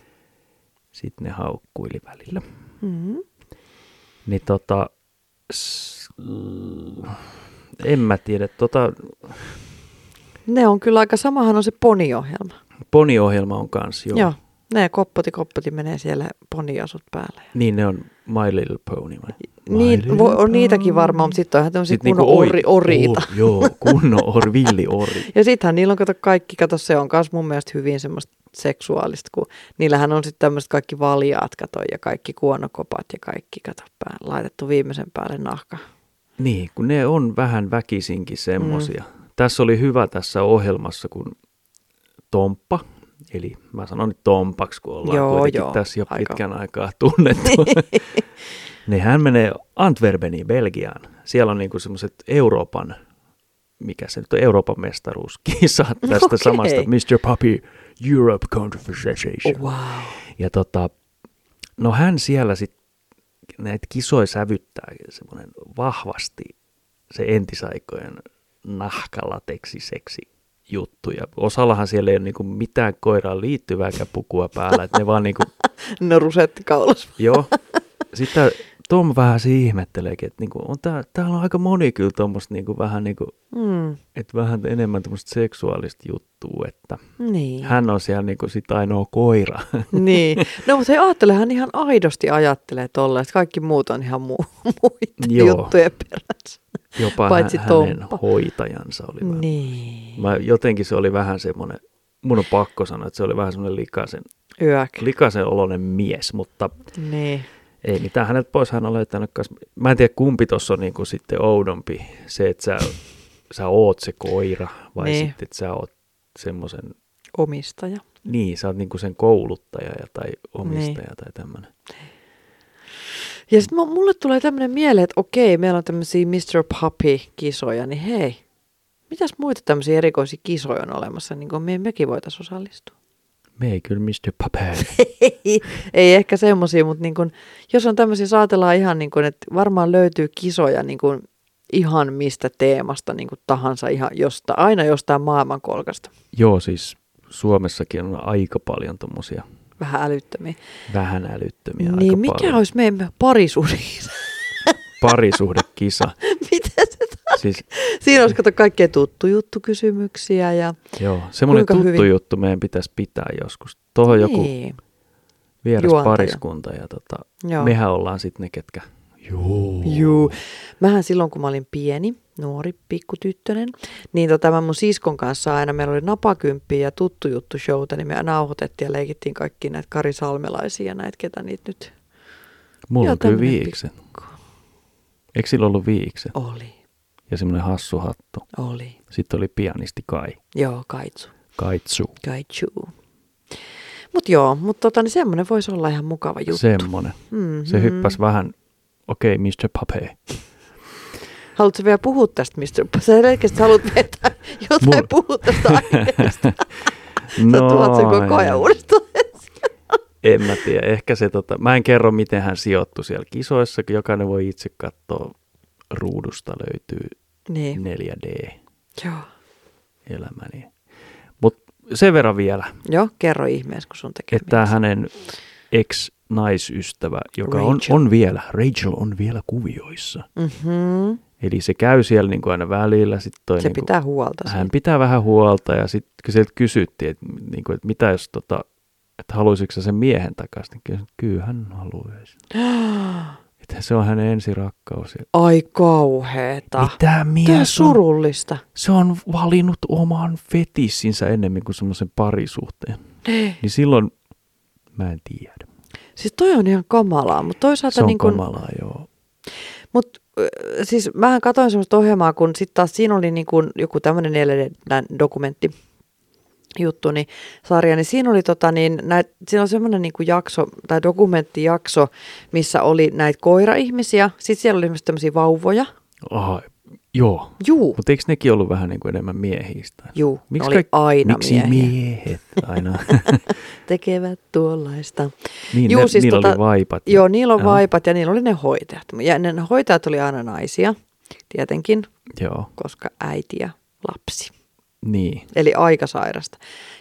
[SPEAKER 1] sitten ne haukkuili välillä.
[SPEAKER 2] Mm.
[SPEAKER 1] Niin tota, s- l- en mä tiedä, tota,
[SPEAKER 2] Ne on kyllä aika, samahan on se poniohjelma.
[SPEAKER 1] poniohjelma on kans jo.
[SPEAKER 2] Joo. Joo. Ne koppoti koppoti menee siellä poniasut päälle.
[SPEAKER 1] Niin ne on My Little Pony vai? My
[SPEAKER 2] Niin,
[SPEAKER 1] Little
[SPEAKER 2] vo, on
[SPEAKER 1] Pony.
[SPEAKER 2] niitäkin varmaan, mutta sitten onhan tämmöisiä
[SPEAKER 1] Sit niinku
[SPEAKER 2] kunnon
[SPEAKER 1] oi-
[SPEAKER 2] ori, oriita.
[SPEAKER 1] Oh, joo, kunnon or, villi ori.
[SPEAKER 2] Ja sittenhän niillä on, kato kaikki, kato se on myös mun mielestä hyvin semmoista seksuaalista, kun niillähän on sitten tämmöiset kaikki valjaat, kato, ja kaikki kuonokopat ja kaikki, kato, pää, laitettu viimeisen päälle nahka.
[SPEAKER 1] Niin, kun ne on vähän väkisinkin semmosia. Mm. Tässä oli hyvä tässä ohjelmassa, kun Tomppa, eli mä sanon nyt Tompaksi, kun ollaan joo,
[SPEAKER 2] Joo,
[SPEAKER 1] kuitenkin joo,
[SPEAKER 2] joo,
[SPEAKER 1] tässä jo aika.
[SPEAKER 2] aika.
[SPEAKER 1] pitkän aikaa tunnettu. niin hän menee Antwerpeniin, Belgiaan. Siellä on niinku semmoiset Euroopan, mikä se nyt on, Euroopan mestaruuskisat tästä okay.
[SPEAKER 2] Okei.
[SPEAKER 1] samasta Mr. Puppy Europe Conversation.
[SPEAKER 2] Wow.
[SPEAKER 1] Ja tota, no hän siellä sitten näitä kisoja sävyttää semmoinen vahvasti se entisaikojen nahkalateksi seksi juttu. Ja osallahan siellä ei ole niinku mitään koiraan liittyvääkään pukua päällä, että ne vaan niinku,
[SPEAKER 2] No rusetti kaulassa.
[SPEAKER 1] joo. Sitten Tom vähän siinä ihmetteleekin, että niinku, on tää, täällä on aika moni kyllä tuommoista niinku vähän niinku,
[SPEAKER 2] Mm,
[SPEAKER 1] että vähän enemmän tuommoista seksuaalista juttua, että
[SPEAKER 2] niin.
[SPEAKER 1] hän on siellä niinku sit ainoa koira.
[SPEAKER 2] niin. No mutta hei, ajattele, hän ihan aidosti ajattelee tolleen, että kaikki muut on ihan muu, muiden
[SPEAKER 1] Joo.
[SPEAKER 2] juttujen perässä.
[SPEAKER 1] Jopa Paitsi
[SPEAKER 2] Paitsi
[SPEAKER 1] hä- hänen
[SPEAKER 2] Tomppa.
[SPEAKER 1] hoitajansa oli vähän. Niin.
[SPEAKER 2] Niin.
[SPEAKER 1] Mä, jotenkin se oli vähän semmoinen, mun on pakko sanoa, että se oli vähän semmoinen likaisen,
[SPEAKER 2] Yök.
[SPEAKER 1] likaisen oloinen mies, mutta
[SPEAKER 2] Niin.
[SPEAKER 1] ei mitään hänet pois, hän on löytänyt kas... Mä en tiedä kumpi tuossa on niinku sitten oudompi, se että sä, sä oot se koira vai niin.
[SPEAKER 2] Niin.
[SPEAKER 1] sitten että sä oot semmoisen,
[SPEAKER 2] Omistaja.
[SPEAKER 1] niin sä oot niinku sen kouluttaja ja, tai omistaja niin. tai tämmöinen.
[SPEAKER 2] Ja sitten mulle tulee tämmöinen mieleen, että okei, meillä on tämmöisiä Mr. Puppy-kisoja, niin hei, mitäs muita tämmöisiä erikoisia kisoja on olemassa, niin kuin me, mekin voitaisiin osallistua?
[SPEAKER 1] Me ei kyllä Mr. Papel.
[SPEAKER 2] Ei, ei ehkä semmoisia, mutta niin kun, jos on tämmöisiä, saatellaan ihan niin kuin, että varmaan löytyy kisoja niin kuin ihan mistä teemasta niin kuin tahansa, ihan josta, aina jostain maailmankolkasta.
[SPEAKER 1] Joo, siis Suomessakin on aika paljon tommosia
[SPEAKER 2] Vähän älyttömiä.
[SPEAKER 1] vähän älyttömiä. aika
[SPEAKER 2] Niin mikä
[SPEAKER 1] paljon.
[SPEAKER 2] olisi meidän parisuhde?
[SPEAKER 1] parisuhdekisa.
[SPEAKER 2] Mitä se
[SPEAKER 1] Siis,
[SPEAKER 2] Siinä olisi kato kaikkea tuttu juttu kysymyksiä ja...
[SPEAKER 1] joo, semmoinen
[SPEAKER 2] Kuinka
[SPEAKER 1] tuttu hyvin?
[SPEAKER 2] hyvin?
[SPEAKER 1] juttu meidän pitäisi pitää joskus. Tuohon niin. joku
[SPEAKER 2] Niin.
[SPEAKER 1] vieras
[SPEAKER 2] juontaja.
[SPEAKER 1] pariskunta ja tota,
[SPEAKER 2] Joo.
[SPEAKER 1] mehän ollaan sitten ne, ketkä... Joo.
[SPEAKER 2] Juu. Mähän silloin, kun mä olin pieni, nuori, pikkutyttönen, niin tota, mä mun siskon kanssa aina, meillä oli napakymppi ja tuttu juttu showta, niin me nauhoitettiin ja leikittiin kaikki näitä Kari Salmelaisia ja näitä, ketä niitä nyt
[SPEAKER 1] Mulla
[SPEAKER 2] Joo,
[SPEAKER 1] on kyllä
[SPEAKER 2] tämmönen
[SPEAKER 1] viikset. Eikö sillä ollut viikset?
[SPEAKER 2] oli.
[SPEAKER 1] Ja semmoinen hassu hattu.
[SPEAKER 2] Oli.
[SPEAKER 1] Sitten oli pianisti Kai.
[SPEAKER 2] Joo, kaitsu.
[SPEAKER 1] Kaitsu.
[SPEAKER 2] Kaitsu. Mut joo, mutta tota, niin semmoinen voisi olla ihan mukava juttu.
[SPEAKER 1] Semmoinen.
[SPEAKER 2] Mm-hmm.
[SPEAKER 1] Se hyppäsi vähän, okei, okay, Mr. Pape.
[SPEAKER 2] Haluatko vielä puhua tästä, mistä sä selkeästi haluat vetää jotain
[SPEAKER 1] Mul-
[SPEAKER 2] Mul... puhua tästä aiheesta? Sä tuot sen koko
[SPEAKER 1] No,
[SPEAKER 2] ajan uudestaan.
[SPEAKER 1] En mä tiedä. Ehkä se, tota, mä en kerro, miten hän sijoittui siellä kisoissa, kun jokainen voi itse katsoa. Ruudusta löytyy
[SPEAKER 2] Niin,
[SPEAKER 1] 4D-elämäni.
[SPEAKER 2] joo.
[SPEAKER 1] Mutta sen verran vielä,
[SPEAKER 2] Joo, kerro ihmeessä, kun sun tekee
[SPEAKER 1] että
[SPEAKER 2] mielessä.
[SPEAKER 1] hänen ex-naisystävä, joka on,
[SPEAKER 2] Rachel.
[SPEAKER 1] on vielä, Rachel on vielä kuvioissa,
[SPEAKER 2] Mhm.
[SPEAKER 1] Eli se käy siellä niin kuin aina välillä. Sit toi
[SPEAKER 2] Se
[SPEAKER 1] niin kuin,
[SPEAKER 2] pitää huolta siitä.
[SPEAKER 1] hän pitää vähän huolta ja sitten kun sieltä kysyttiin, että, niin kuin, että mitä jos tota, että haluaisitko sä sen miehen takaisin, niin kyllä- kyllä hän haluaisi. Että se on hänen ensirakkaus. Ja,
[SPEAKER 2] Ai kauheeta.
[SPEAKER 1] mitä
[SPEAKER 2] Tämä on
[SPEAKER 1] mies on?
[SPEAKER 2] surullista.
[SPEAKER 1] Se on valinnut oman fetissinsä ennemmin kuin semmoisen parisuhteen.
[SPEAKER 2] Niin.
[SPEAKER 1] Niin silloin, mä en tiedä.
[SPEAKER 2] Siis toi on ihan kamalaa, mutta
[SPEAKER 1] Se
[SPEAKER 2] toisaalta
[SPEAKER 1] on
[SPEAKER 2] niin kun,
[SPEAKER 1] kamalaa, joo.
[SPEAKER 2] Mut, ö, siis mähän katsoin semmoista ohjelmaa, kun sitten taas siinä oli niin kun joku tämmöinen dokumentti juttu, niin sarja, niin siinä oli, tota, niin, näit, siinä oli semmoinen niin jakso, tai dokumenttijakso, missä oli näitä koiraihmisiä, sitten siellä oli myös tämmöisiä vauvoja.
[SPEAKER 1] Aha, joo.
[SPEAKER 2] Juu,
[SPEAKER 1] Mutta eikö nekin ollut vähän niin kuin enemmän miehistä?
[SPEAKER 2] juu, Miksi
[SPEAKER 1] Miksi
[SPEAKER 2] oli
[SPEAKER 1] kaik-
[SPEAKER 2] aina
[SPEAKER 1] Miksi
[SPEAKER 2] miehiä.
[SPEAKER 1] miehet aina?
[SPEAKER 2] tekevät tuollaista.
[SPEAKER 1] niin,
[SPEAKER 2] Juu,
[SPEAKER 1] ne,
[SPEAKER 2] siis
[SPEAKER 1] niillä
[SPEAKER 2] tota-
[SPEAKER 1] oli vaipat. ja-
[SPEAKER 2] Joo, niillä on
[SPEAKER 1] Joo.
[SPEAKER 2] vaipat ja niillä oli ne hoitajat. Ja ne ne hoitajat oli aina naisia, tietenkin,
[SPEAKER 1] joo.
[SPEAKER 2] koska äiti ja lapsi.
[SPEAKER 1] Niin.
[SPEAKER 2] Eli aika sairasta.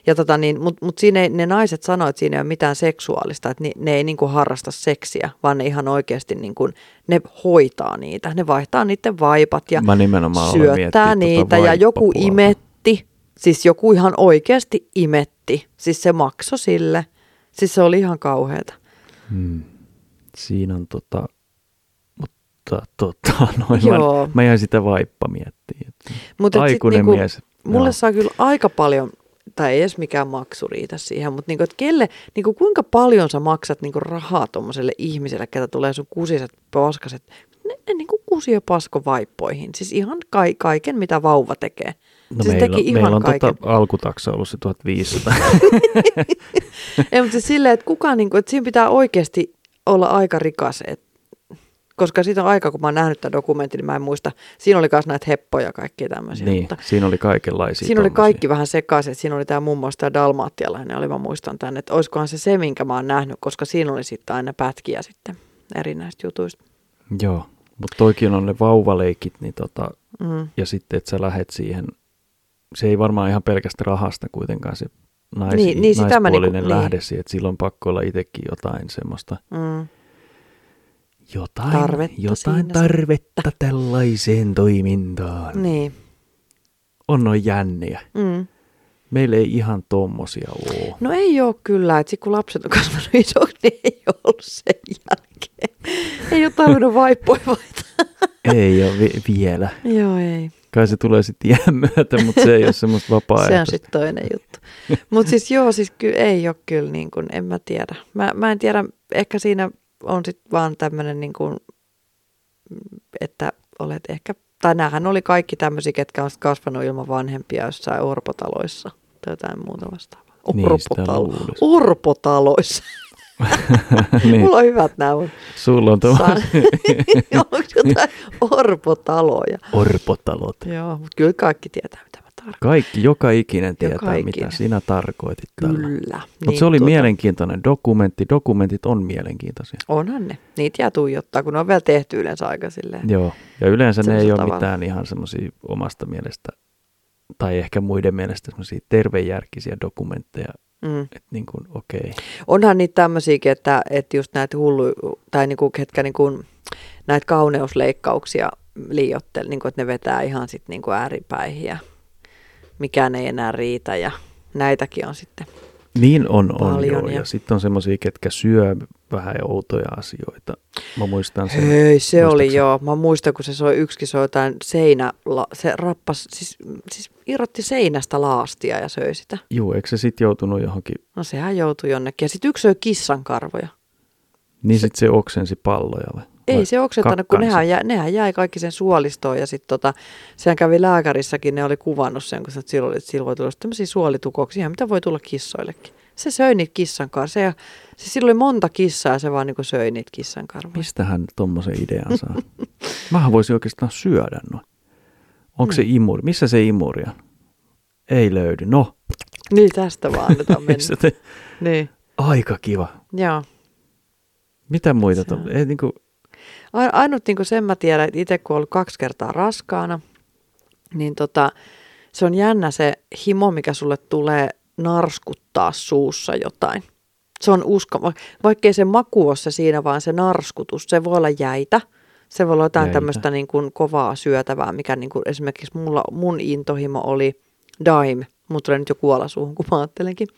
[SPEAKER 2] Ja tota niin, mutta mut siinä ei, ne naiset sanoivat, että siinä ei ole mitään seksuaalista, että ni, ne ei niinku harrasta seksiä, vaan ne ihan oikeasti niinku, ne hoitaa niitä. Ne vaihtaa niiden vaipat ja
[SPEAKER 1] Mä nimenomaan aloin
[SPEAKER 2] syöttää
[SPEAKER 1] miettiä
[SPEAKER 2] niitä
[SPEAKER 1] tuota
[SPEAKER 2] ja joku
[SPEAKER 1] vaippapuolta.
[SPEAKER 2] imetti. Siis joku ihan oikeasti imetti. Siis se maksoi sille. Siis se oli ihan kauheata.
[SPEAKER 1] Hmm. Siinä on tota, mutta tota, noin Joo.
[SPEAKER 2] Joo.
[SPEAKER 1] Mä, mä jäin sitä vaippa miettimään. että
[SPEAKER 2] Mut et sit
[SPEAKER 1] Aikuinen
[SPEAKER 2] niinku-
[SPEAKER 1] mies.
[SPEAKER 2] Mulle
[SPEAKER 1] joo.
[SPEAKER 2] saa kyllä aika paljon, tai ei edes mikään maksu riitä siihen, mutta niinku, et kelle, niinku, kuinka paljon sä maksat niinku rahaa tuommoiselle ihmiselle, ketä tulee sun kusiset paskaset, ne, ne niinku kusi ja pasko vaippoihin. Siis ihan kai, kaiken, mitä vauva tekee.
[SPEAKER 1] No
[SPEAKER 2] siis
[SPEAKER 1] meillä,
[SPEAKER 2] teki ihan
[SPEAKER 1] meillä on
[SPEAKER 2] kaiken.
[SPEAKER 1] tota alkutaksa ollut se 1500.
[SPEAKER 2] Ei, mutta siis silleen, että kukaan, niinku, että siinä pitää oikeasti olla aika rikas, et, koska siitä on aika, kun mä oon nähnyt tämän dokumentin, niin mä en muista. Siinä oli myös näitä heppoja ja kaikkia tämmöisiä.
[SPEAKER 1] niin,
[SPEAKER 2] Mutta
[SPEAKER 1] siinä oli kaikenlaisia.
[SPEAKER 2] Siinä oli
[SPEAKER 1] tommosia.
[SPEAKER 2] kaikki vähän sekaisin. Siinä oli tämä muun muassa tämä dalmaattialainen, oli mä muistan tämän, että olisikohan se se, minkä mä oon nähnyt, koska siinä oli sitten aina pätkiä sitten eri näistä jutuista.
[SPEAKER 1] Joo, mutta toikin on ne vauvaleikit, niin tota,
[SPEAKER 2] Mm.
[SPEAKER 1] ja sitten, että sä lähet siihen, se ei varmaan ihan pelkästä rahasta kuitenkaan se nais,
[SPEAKER 2] Niin, niin, sitä mä niinku-
[SPEAKER 1] naispuolinen
[SPEAKER 2] niin.
[SPEAKER 1] lähde siihen, että silloin on pakko olla itsekin jotain semmoista,
[SPEAKER 2] Mm.
[SPEAKER 1] jotain
[SPEAKER 2] Tarvetta
[SPEAKER 1] tarvetta,
[SPEAKER 2] siinä
[SPEAKER 1] jotain
[SPEAKER 2] sitten.
[SPEAKER 1] tarvetta tällaiseen toimintaan. Niin.
[SPEAKER 2] Niin.
[SPEAKER 1] On noin jänniä.
[SPEAKER 2] Mm.
[SPEAKER 1] Meillä ei ihan tommosia oo.
[SPEAKER 2] No ei ole kyllä, että sit kun lapset on kasvanut isoksi, niin ei ole ollut sen jälkeen. Ei ole tarvinnut vaippoja vaihtaa.
[SPEAKER 1] ei ole vi- vielä.
[SPEAKER 2] Joo, ei.
[SPEAKER 1] Kai se tulee sitten jään myötä, mutta se ei ole semmoista vapaa
[SPEAKER 2] Se on sitten toinen juttu. Mutta siis joo, siis ky- ei ole kyllä niin kuin, en mä tiedä. Mä, mä en tiedä, ehkä siinä on sitten vaan tämmöinen niin kuin, että olet ehkä, tai näähän oli kaikki tämmöisiä, ketkä on sit kasvanut ilman vanhempia jossain orpotaloissa tai jotain muuta vastaavaa.
[SPEAKER 1] Niin, sitä
[SPEAKER 2] Orpotalo-
[SPEAKER 1] luulisi.
[SPEAKER 2] orpotaloissa.
[SPEAKER 1] niin,
[SPEAKER 2] Mulla on hyvät nämä mun
[SPEAKER 1] sulla on tuo
[SPEAKER 2] san- Onko jotain
[SPEAKER 1] Niin.
[SPEAKER 2] orpotaloja?
[SPEAKER 1] orpotalot.
[SPEAKER 2] Joo, mutta kyllä kaikki tietää, mitä mä tarkoitan.
[SPEAKER 1] Kaikki, joka ikinen tietää,
[SPEAKER 2] ikinen.
[SPEAKER 1] mitä sinä tarkoitit tällä. Mutta
[SPEAKER 2] Kyllä. tota-
[SPEAKER 1] niin, se oli tuota... mielenkiintoinen dokumentti. Dokumentit on mielenkiintoisia.
[SPEAKER 2] Onhan ne. Niitä jää tuijottaa, kun ne on vielä tehty yleensä aika silleen.
[SPEAKER 1] Joo, ja yleensä ne ei
[SPEAKER 2] Semmoisella
[SPEAKER 1] ole
[SPEAKER 2] tavalla.
[SPEAKER 1] mitään ihan semmoisia omasta mielestä, tai ehkä muiden mielestä semmoisia tervejärkisiä dokumentteja,
[SPEAKER 2] Mm.
[SPEAKER 1] että niin kuin okei. Okay.
[SPEAKER 2] Onhan niitä tämmöisiäkin, että, että just näitä hullu, tai niinku, ketkä niinku, näitä kauneusleikkauksia liioitteli, niinku, että ne vetää ihan sitten niinku ääripäihin ja mikään ei enää riitä ja näitäkin on sitten.
[SPEAKER 1] Niin on, on
[SPEAKER 2] Paljon,
[SPEAKER 1] joo.
[SPEAKER 2] ja-
[SPEAKER 1] Ja sitten on semmoisia, ketkä syö vähän outoja asioita. Mä muistan sen.
[SPEAKER 2] Hei, se oli
[SPEAKER 1] muistaakseni-
[SPEAKER 2] joo. Mä muistan, kun se soi yksikin soi jotain seinä, se rappas, siis, siis irrotti seinästä laastia ja söi sitä.
[SPEAKER 1] Juu, eikö se sitten joutunut johonkin,
[SPEAKER 2] No sehän joutui jonnekin. Ja sitten yksi söi kissan karvoja.
[SPEAKER 1] niin sitten se oksensi palloja vai?
[SPEAKER 2] Ei
[SPEAKER 1] vai
[SPEAKER 2] se oksentanut, kun
[SPEAKER 1] kakkansa?
[SPEAKER 2] nehän, jä, nehän jäi kaikki sen suolistoon ja sitten tota, sehän kävi lääkärissäkin, ne oli kuvannut sen, kun sä- että silloin, oli- että silloin voi tulla tämmöisiä suolitukoksia, ihan mitä voi tulla kissoillekin. Se söi niitä kissan kanssa. Se, se silloin oli monta kissaa ja se vaan niin söi niitä kissan karvoja.
[SPEAKER 1] Mistä hän tuommoisen idean saa? Mähän voisin oikeastaan syödä noin. Onko
[SPEAKER 2] Hmm.
[SPEAKER 1] se imuri? Missä se imuri on? Ei löydy. No,
[SPEAKER 2] Niin tästä vaan annetaan mennä.
[SPEAKER 1] missä te...
[SPEAKER 2] niin,
[SPEAKER 1] aika kiva.
[SPEAKER 2] joo.
[SPEAKER 1] Mitä muita?
[SPEAKER 2] Se on-
[SPEAKER 1] tuom- Ei, niin kuin...
[SPEAKER 2] A- Ainut niin sen mä tiedän, että itse kun olen ollut kaksi kertaa raskaana, niin tota, se on jännä se himo, mikä sulle tulee narskuttaa suussa jotain. Se on uskoma, vaikkei se maku ole se siinä, vaan se narskutus, se voi olla jäitä, Se voi olla jotain
[SPEAKER 1] Jäitä.
[SPEAKER 2] tämmöistä niin kuin kovaa syötävää, mikä niin kuin esimerkiksi mulla, mun intohimo oli Daim. Mulla tulee nyt jo kuola suuhun, kun mä ajattelenkin.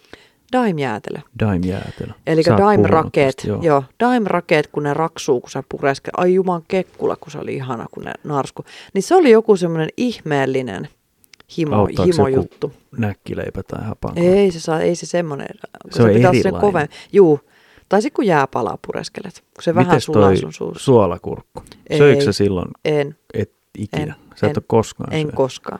[SPEAKER 2] Daim-jäätelö.
[SPEAKER 1] Dime jäätelö.
[SPEAKER 2] Eli
[SPEAKER 1] Sä oot puhunut
[SPEAKER 2] Daim-rakeet,
[SPEAKER 1] tästä,
[SPEAKER 2] joo. joo. Daim-rakeet, kun ne raksuu, kun sä pureskelet. Ai juman kekkula, kun se oli ihana, kun ne narsku. Niin se oli joku semmoinen ihmeellinen himo,
[SPEAKER 1] Auttaako se joku
[SPEAKER 2] himojuttu.
[SPEAKER 1] Näkkileipä tai hapanko.
[SPEAKER 2] Ei se, saa, ei se semmoinen. kun
[SPEAKER 1] Se on
[SPEAKER 2] pitää olla
[SPEAKER 1] erilainen.
[SPEAKER 2] kovempi. Juu. Tai sitten kun jääpalaa pureskelet, kun se vähän
[SPEAKER 1] Mites
[SPEAKER 2] sulaa
[SPEAKER 1] toi
[SPEAKER 2] sun suussa.
[SPEAKER 1] suolakurkku?
[SPEAKER 2] Ei.
[SPEAKER 1] Söikö sä silloin,
[SPEAKER 2] En,
[SPEAKER 1] et ikinä?
[SPEAKER 2] En,
[SPEAKER 1] sä et
[SPEAKER 2] en,
[SPEAKER 1] ole koskaan
[SPEAKER 2] en
[SPEAKER 1] syönyt.
[SPEAKER 2] koskaan.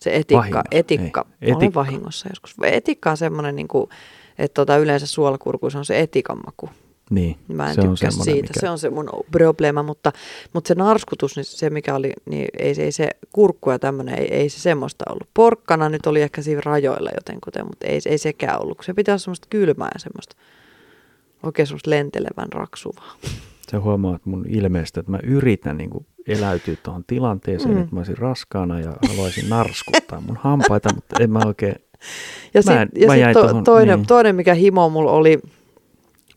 [SPEAKER 2] Se etikka,
[SPEAKER 1] Vahingossa,
[SPEAKER 2] etikka.
[SPEAKER 1] ei.
[SPEAKER 2] Olen
[SPEAKER 1] Etikka.
[SPEAKER 2] vahingossa joskus. Etikka on semmoinen, niin kuin, että tota, yleensä suolakurkuissa on se etikan maku.
[SPEAKER 1] Niin,
[SPEAKER 2] Mä en
[SPEAKER 1] se on
[SPEAKER 2] tykkää
[SPEAKER 1] semmoinen,
[SPEAKER 2] siitä,
[SPEAKER 1] mikä...
[SPEAKER 2] se on se mun probleema, mutta, mutta se narskutus, niin se mikä oli, niin ei, se- ei se kurkku ja tämmöinen, ei, ei se semmoista ollut. Porkkana nyt oli ehkä siinä rajoilla jotenkuten, mutta ei, ei sekään ollut, kun se pitää olla semmoista kylmää ja semmoista oikein semmoista lentelevän raksuvaa.
[SPEAKER 1] Sä huomaat mun ilmeestä, että mä yritän niin kuin eläytyä tuohon tilanteeseen,
[SPEAKER 2] Mm.
[SPEAKER 1] mm. että mä olisin raskaana ja haluaisin narskuttaa mun hampaita, mutta en mä oikein...
[SPEAKER 2] Ja
[SPEAKER 1] Mä
[SPEAKER 2] sitten
[SPEAKER 1] en- mä jäin tohon,
[SPEAKER 2] toinen,
[SPEAKER 1] niin.
[SPEAKER 2] toinen, mikä himo mulla oli,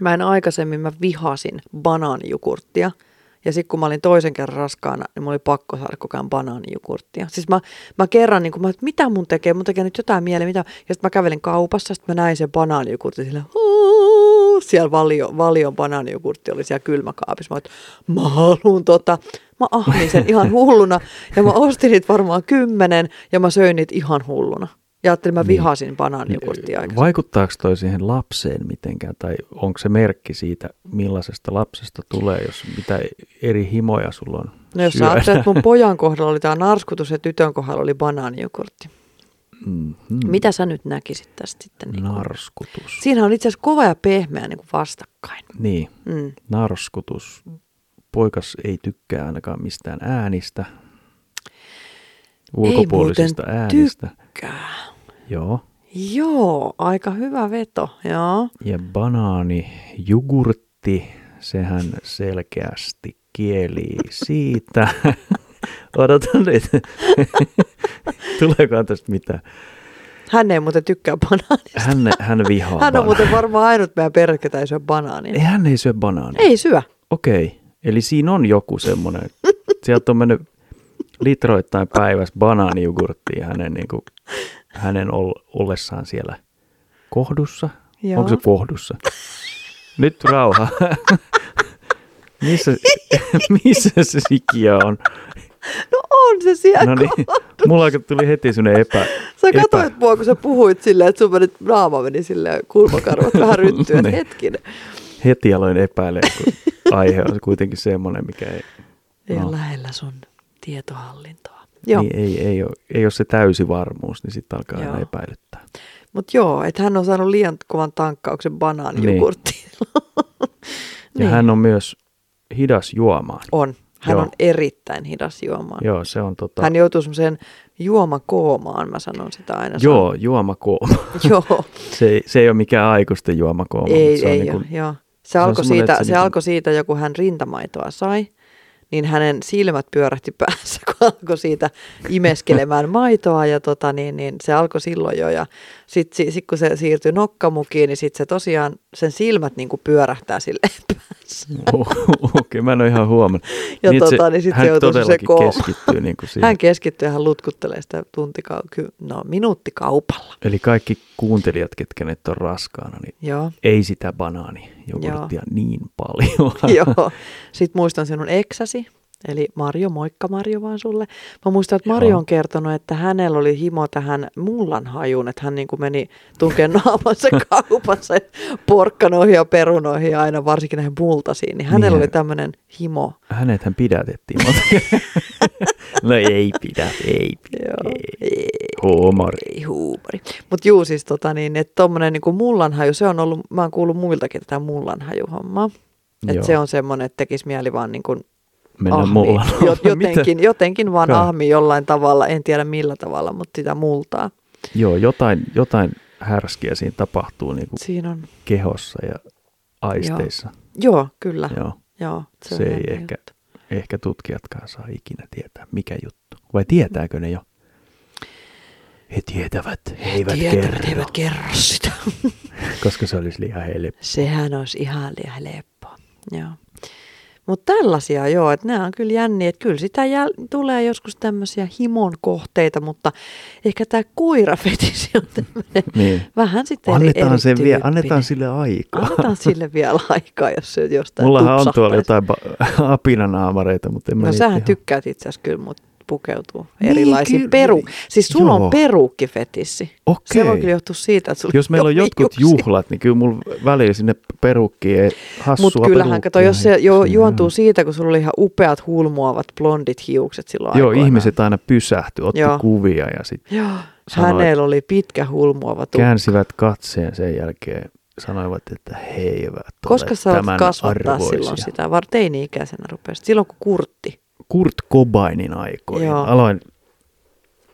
[SPEAKER 2] mä en aikaisemmin, mä vihasin banaanijukurttia. Ja sitten kun mä olin toisen kerran raskaana, niin mulla oli pakko saada koko ajan banaanijukurttia. Siis mä, mä kerran, niin kun mä, että mitä mun tekee, mun tekee nyt jotain mieleen, mitä. Ja sitten mä kävelin kaupassa, sitten mä näin sen banaanijukurtin sillä, "Huu!" siellä valio, valion banaanijukurtti oli siellä kylmäkaapissa. Mä oon, että mä haluun tota. Mä ahmin sen ihan hulluna ja mä ostin niitä varmaan kymmenen ja mä söin niitä ihan hulluna. Ja ajattelin, mä
[SPEAKER 1] Niin.
[SPEAKER 2] vihasin banaanijukurttia aikaisemmin.
[SPEAKER 1] Vaikuttaako toi siihen lapseen mitenkään, tai onko se merkki siitä, millaisesta lapsesta tulee, jos mitä eri himoja sulla on
[SPEAKER 2] No jos sä
[SPEAKER 1] syödä?
[SPEAKER 2] ajattelet, että mun pojan kohdalla oli tämä narskutus ja tytön kohdalla oli banaanijukurtti.
[SPEAKER 1] Mhm.
[SPEAKER 2] Mm. Mitä sä nyt näkisit tästä sitten?
[SPEAKER 1] No.
[SPEAKER 2] Niin kuin?
[SPEAKER 1] Narskutus.
[SPEAKER 2] Siinä on itse asiassa kova ja pehmeä niin kuin vastakkain.
[SPEAKER 1] Niin,
[SPEAKER 2] Mm.
[SPEAKER 1] narskutus. Poikas ei tykkää ainakaan mistään äänistä, ulkopuolisista
[SPEAKER 2] muuten
[SPEAKER 1] äänistä.
[SPEAKER 2] Kää.
[SPEAKER 1] Joo.
[SPEAKER 2] Joo, aika hyvä veto. Joo.
[SPEAKER 1] Ja banaani, jogurtti, sehän selkeästi kieli siitä. Odotan nyt. Tuleekohan tästä mitään?
[SPEAKER 2] Hän ei muuten tykkää banaania.
[SPEAKER 1] Hän, hän vihaa
[SPEAKER 2] Hän on
[SPEAKER 1] banaaneja.
[SPEAKER 2] muuten varmaan ainut meidän perhe, ketä ei syö banaania.
[SPEAKER 1] Ei, hän ei syö banaania.
[SPEAKER 2] Ei syö.
[SPEAKER 1] Okei, eli siinä on joku semmoinen. Sieltä on mennyt litroittain päivässä banaanijugurttia hänen, niin kuin, hänen ol- ollessaan siellä kohdussa.
[SPEAKER 2] Joo.
[SPEAKER 1] Onko se kohdussa? Nyt rauha. missä, missä se sikiö on?
[SPEAKER 2] No on se siellä.
[SPEAKER 1] No niin, mulla alkoi- tuli heti semmoinen epä.
[SPEAKER 2] Sä
[SPEAKER 1] epä-
[SPEAKER 2] katsoit mua, kun sä puhuit silleen, että sun meni, naama meni silleen kulmakarvat vähän ryttyyn.
[SPEAKER 1] Niin.
[SPEAKER 2] Hetkinen.
[SPEAKER 1] Heti aloin epäillä, kun aihe on kuitenkin semmoinen, mikä ei,
[SPEAKER 2] Ei no.
[SPEAKER 1] No.
[SPEAKER 2] ole lähellä sun tietohallintoa. Joo,
[SPEAKER 1] niin ei, ei, ole, ei ole se täysi varmuus, niin sitten alkaa
[SPEAKER 2] Joo.
[SPEAKER 1] aina epäilyttää.
[SPEAKER 2] mutta joo, että hän on saanut liian kovan tankkauksen banaanijogurttiin.
[SPEAKER 1] Niin. Ja
[SPEAKER 2] Niin.
[SPEAKER 1] hän on myös hidas juomaan.
[SPEAKER 2] On. Hän
[SPEAKER 1] Joo.
[SPEAKER 2] on erittäin hidas juomaan.
[SPEAKER 1] Joo, se on tota...
[SPEAKER 2] Hän joutuu semmoiseen juomakoomaan, mä sanon sitä aina. Se
[SPEAKER 1] joo, juomakooma.
[SPEAKER 2] on- joo.
[SPEAKER 1] Se, ei- se ei ole mikään aikuisten juomakooma. mutta
[SPEAKER 2] ei,
[SPEAKER 1] se on
[SPEAKER 2] ei
[SPEAKER 1] niinku-
[SPEAKER 2] ole, joo. Se,
[SPEAKER 1] se on
[SPEAKER 2] alkoi
[SPEAKER 1] semmoinen,
[SPEAKER 2] siitä, se,
[SPEAKER 1] että se niinku-
[SPEAKER 2] alkoi siitä, ja kun hän rintamaitoa sai, niin hänen silmät pyörähti päässä, kun alkoi siitä imeskelemään maitoa ja tota, niin, niin, se alkoi silloin jo. Ja sitten si, sit kun se siirtyi nokkamukiin, niin sitten se tosiaan, sen silmät niin kuin pyörähtää sille päässä.
[SPEAKER 1] Okei, mä en ole ihan huomannut.
[SPEAKER 2] Ja
[SPEAKER 1] että
[SPEAKER 2] tota, niin sit se
[SPEAKER 1] hän
[SPEAKER 2] joutuu se
[SPEAKER 1] todellakin
[SPEAKER 2] kooma.
[SPEAKER 1] keskittyy niin kuin siihen.
[SPEAKER 2] Hän keskittyy ja hän lutkuttelee sitä tuntikau- ky- no, minuuttikaupalla.
[SPEAKER 1] Eli kaikki kuuntelijat, ketkä nyt on raskaana, niin
[SPEAKER 2] Joo.
[SPEAKER 1] ei sitä banaanijogurttia niin paljon.
[SPEAKER 2] Joo. Sitten muistan sinun eksäsi, eli Marjo, moikka Marjo vaan sulle. Mä muistan, että Marjo
[SPEAKER 1] Joo.
[SPEAKER 2] on kertonut, että hänellä oli himo tähän mullan hajuun, että hän niin kuin meni tunkeen naamansa kaupassa porkkanoihin ja perunoihin ja aina varsinkin näihin multasiin. Niin hänellä
[SPEAKER 1] Niin.
[SPEAKER 2] oli tämmöinen himo.
[SPEAKER 1] Hänethän pidätettiin. monta- no ei pidä, ei pidä.
[SPEAKER 2] Joo.
[SPEAKER 1] Ei. Huumori.
[SPEAKER 2] Ei huumori. Mutta juu siis tota niin, että tommonen niin mullanhaju, se on ollut, mä oon kuullut muiltakin tätä mullanhajuhommaa. Että
[SPEAKER 1] Joo.
[SPEAKER 2] se on semmoinen, että tekisi mieli vaan niin kuin
[SPEAKER 1] Mennään
[SPEAKER 2] ahmii.
[SPEAKER 1] mulla.
[SPEAKER 2] Jo, jotenkin, jotenkin vaan
[SPEAKER 1] Joo.
[SPEAKER 2] ahmi jollain tavalla, en tiedä millä tavalla, mutta sitä multaa.
[SPEAKER 1] Joo, jotain, jotain härskiä siinä tapahtuu niin kuin
[SPEAKER 2] Siinä on,
[SPEAKER 1] kehossa ja aisteissa.
[SPEAKER 2] joo, kyllä. Joo.
[SPEAKER 1] Joo.
[SPEAKER 2] Joo, se,
[SPEAKER 1] Se
[SPEAKER 2] on niin.
[SPEAKER 1] ei
[SPEAKER 2] jännä
[SPEAKER 1] ehkä-
[SPEAKER 2] juttu.
[SPEAKER 1] Ehkä tutkijatkaan saa ikinä tietää, mikä juttu. Vai tietääkö ne jo? He tietävät, he eivät
[SPEAKER 2] Tietävät,
[SPEAKER 1] kerro,
[SPEAKER 2] eivät kerro sitä.
[SPEAKER 1] koska se olisi liian heille.
[SPEAKER 2] Sehän olisi ihan liian helppoa. Joo. Mutta tällaisia joo, että nämä on kyllä jänniä, että kyllä sitä jäl- tulee joskus tämmöisiä himon kohteita, mutta ehkä tämä kuirafetisi on tämmöinen
[SPEAKER 1] Niin.
[SPEAKER 2] vähän sitten eri-
[SPEAKER 1] Annetaan, sen vie,
[SPEAKER 2] erityyppinen.
[SPEAKER 1] annetaan sille aikaa.
[SPEAKER 2] Annetaan sille vielä aikaa, jos se jostain
[SPEAKER 1] Mullahan on tuolla
[SPEAKER 2] tupsahtaisi.
[SPEAKER 1] jotain ba- apinanaamareita, mutta en mä
[SPEAKER 2] No
[SPEAKER 1] niitä
[SPEAKER 2] sähän
[SPEAKER 1] ihan-
[SPEAKER 2] tykkäät itse asiassa kyllä mut pukeutua
[SPEAKER 1] Niin,
[SPEAKER 2] erilaisiin
[SPEAKER 1] kyllä.
[SPEAKER 2] peru... Siis sulla
[SPEAKER 1] Joo.
[SPEAKER 2] on peruukkifetissi. Se voi
[SPEAKER 1] Okei.
[SPEAKER 2] kyllä johtua siitä, että sulla
[SPEAKER 1] Jos meillä on jotkut juhlat, niin kyllä mulla välillä sinne perukkiin ei hassua
[SPEAKER 2] Mutta kyllähän, kato,
[SPEAKER 1] perukkia
[SPEAKER 2] jos se jo,
[SPEAKER 1] heittäisin,
[SPEAKER 2] juontuu
[SPEAKER 1] joo.
[SPEAKER 2] siitä, kun sulla oli ihan upeat hulmuavat blondit hiukset silloin
[SPEAKER 1] Joo,
[SPEAKER 2] aikoinaan.
[SPEAKER 1] ihmiset aina pysähtyi, otti
[SPEAKER 2] Joo.
[SPEAKER 1] kuvia ja sitten
[SPEAKER 2] Joo,
[SPEAKER 1] sanoi,
[SPEAKER 2] hänellä oli pitkä hulmuava tukka.
[SPEAKER 1] käänsivät katseen sen jälkeen. Sanoivat, että he eivät
[SPEAKER 2] Koska
[SPEAKER 1] ole
[SPEAKER 2] sä olet
[SPEAKER 1] tämän
[SPEAKER 2] kasvattaa
[SPEAKER 1] arvoisia.
[SPEAKER 2] silloin sitä, vaan teini-ikäisenä rupesit, silloin kun kurtti.
[SPEAKER 1] Kurt Cobainin aikoihin
[SPEAKER 2] Joo.
[SPEAKER 1] aloin,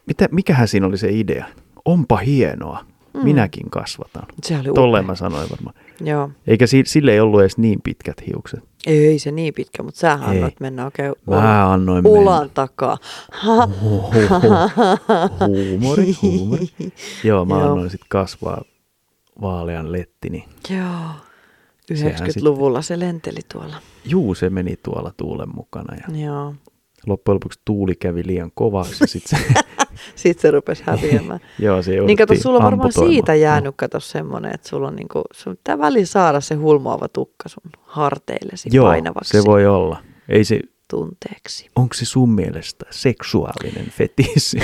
[SPEAKER 1] mitä, mikähän siinä oli se idea? Onpa hienoa,
[SPEAKER 2] Mm.
[SPEAKER 1] minäkin kasvatan.
[SPEAKER 2] Se oli
[SPEAKER 1] Tolleen
[SPEAKER 2] upea.
[SPEAKER 1] mä sanoin varmaan.
[SPEAKER 2] Joo.
[SPEAKER 1] Eikä si- sille ei ollut edes niin pitkät hiukset.
[SPEAKER 2] Ei se niin pitkä, mutta sähän
[SPEAKER 1] Ei.
[SPEAKER 2] annoit mennä oikein
[SPEAKER 1] Mä annoin mennä.
[SPEAKER 2] ulan takaa. Ha,
[SPEAKER 1] Huumori, huumori. Joo, mä
[SPEAKER 2] Joo.
[SPEAKER 1] annoin sitten kasvaa vaalean lettini.
[SPEAKER 2] Joo.
[SPEAKER 1] Sehän
[SPEAKER 2] 90-luvulla se lenteli tuolla.
[SPEAKER 1] Juu, se meni tuolla tuulen mukana ja
[SPEAKER 2] Joo.
[SPEAKER 1] loppujen lopuksi tuuli kävi liian kovaksi. ja Sit se,
[SPEAKER 2] Sitten se rupesi häviämään.
[SPEAKER 1] joo, se
[SPEAKER 2] niin kato,
[SPEAKER 1] jouduttiin
[SPEAKER 2] sulla on varmaan
[SPEAKER 1] amputoimaan.
[SPEAKER 2] siitä jäänyt, kato semmoinen, että sulla on niinku, sun pitää väliin saada se hulmoava tukka sun harteillesi
[SPEAKER 1] Joo,
[SPEAKER 2] painavaksi
[SPEAKER 1] se voi olla. Ei se,
[SPEAKER 2] tunteeksi.
[SPEAKER 1] onko se sun mielestä seksuaalinen fetissi?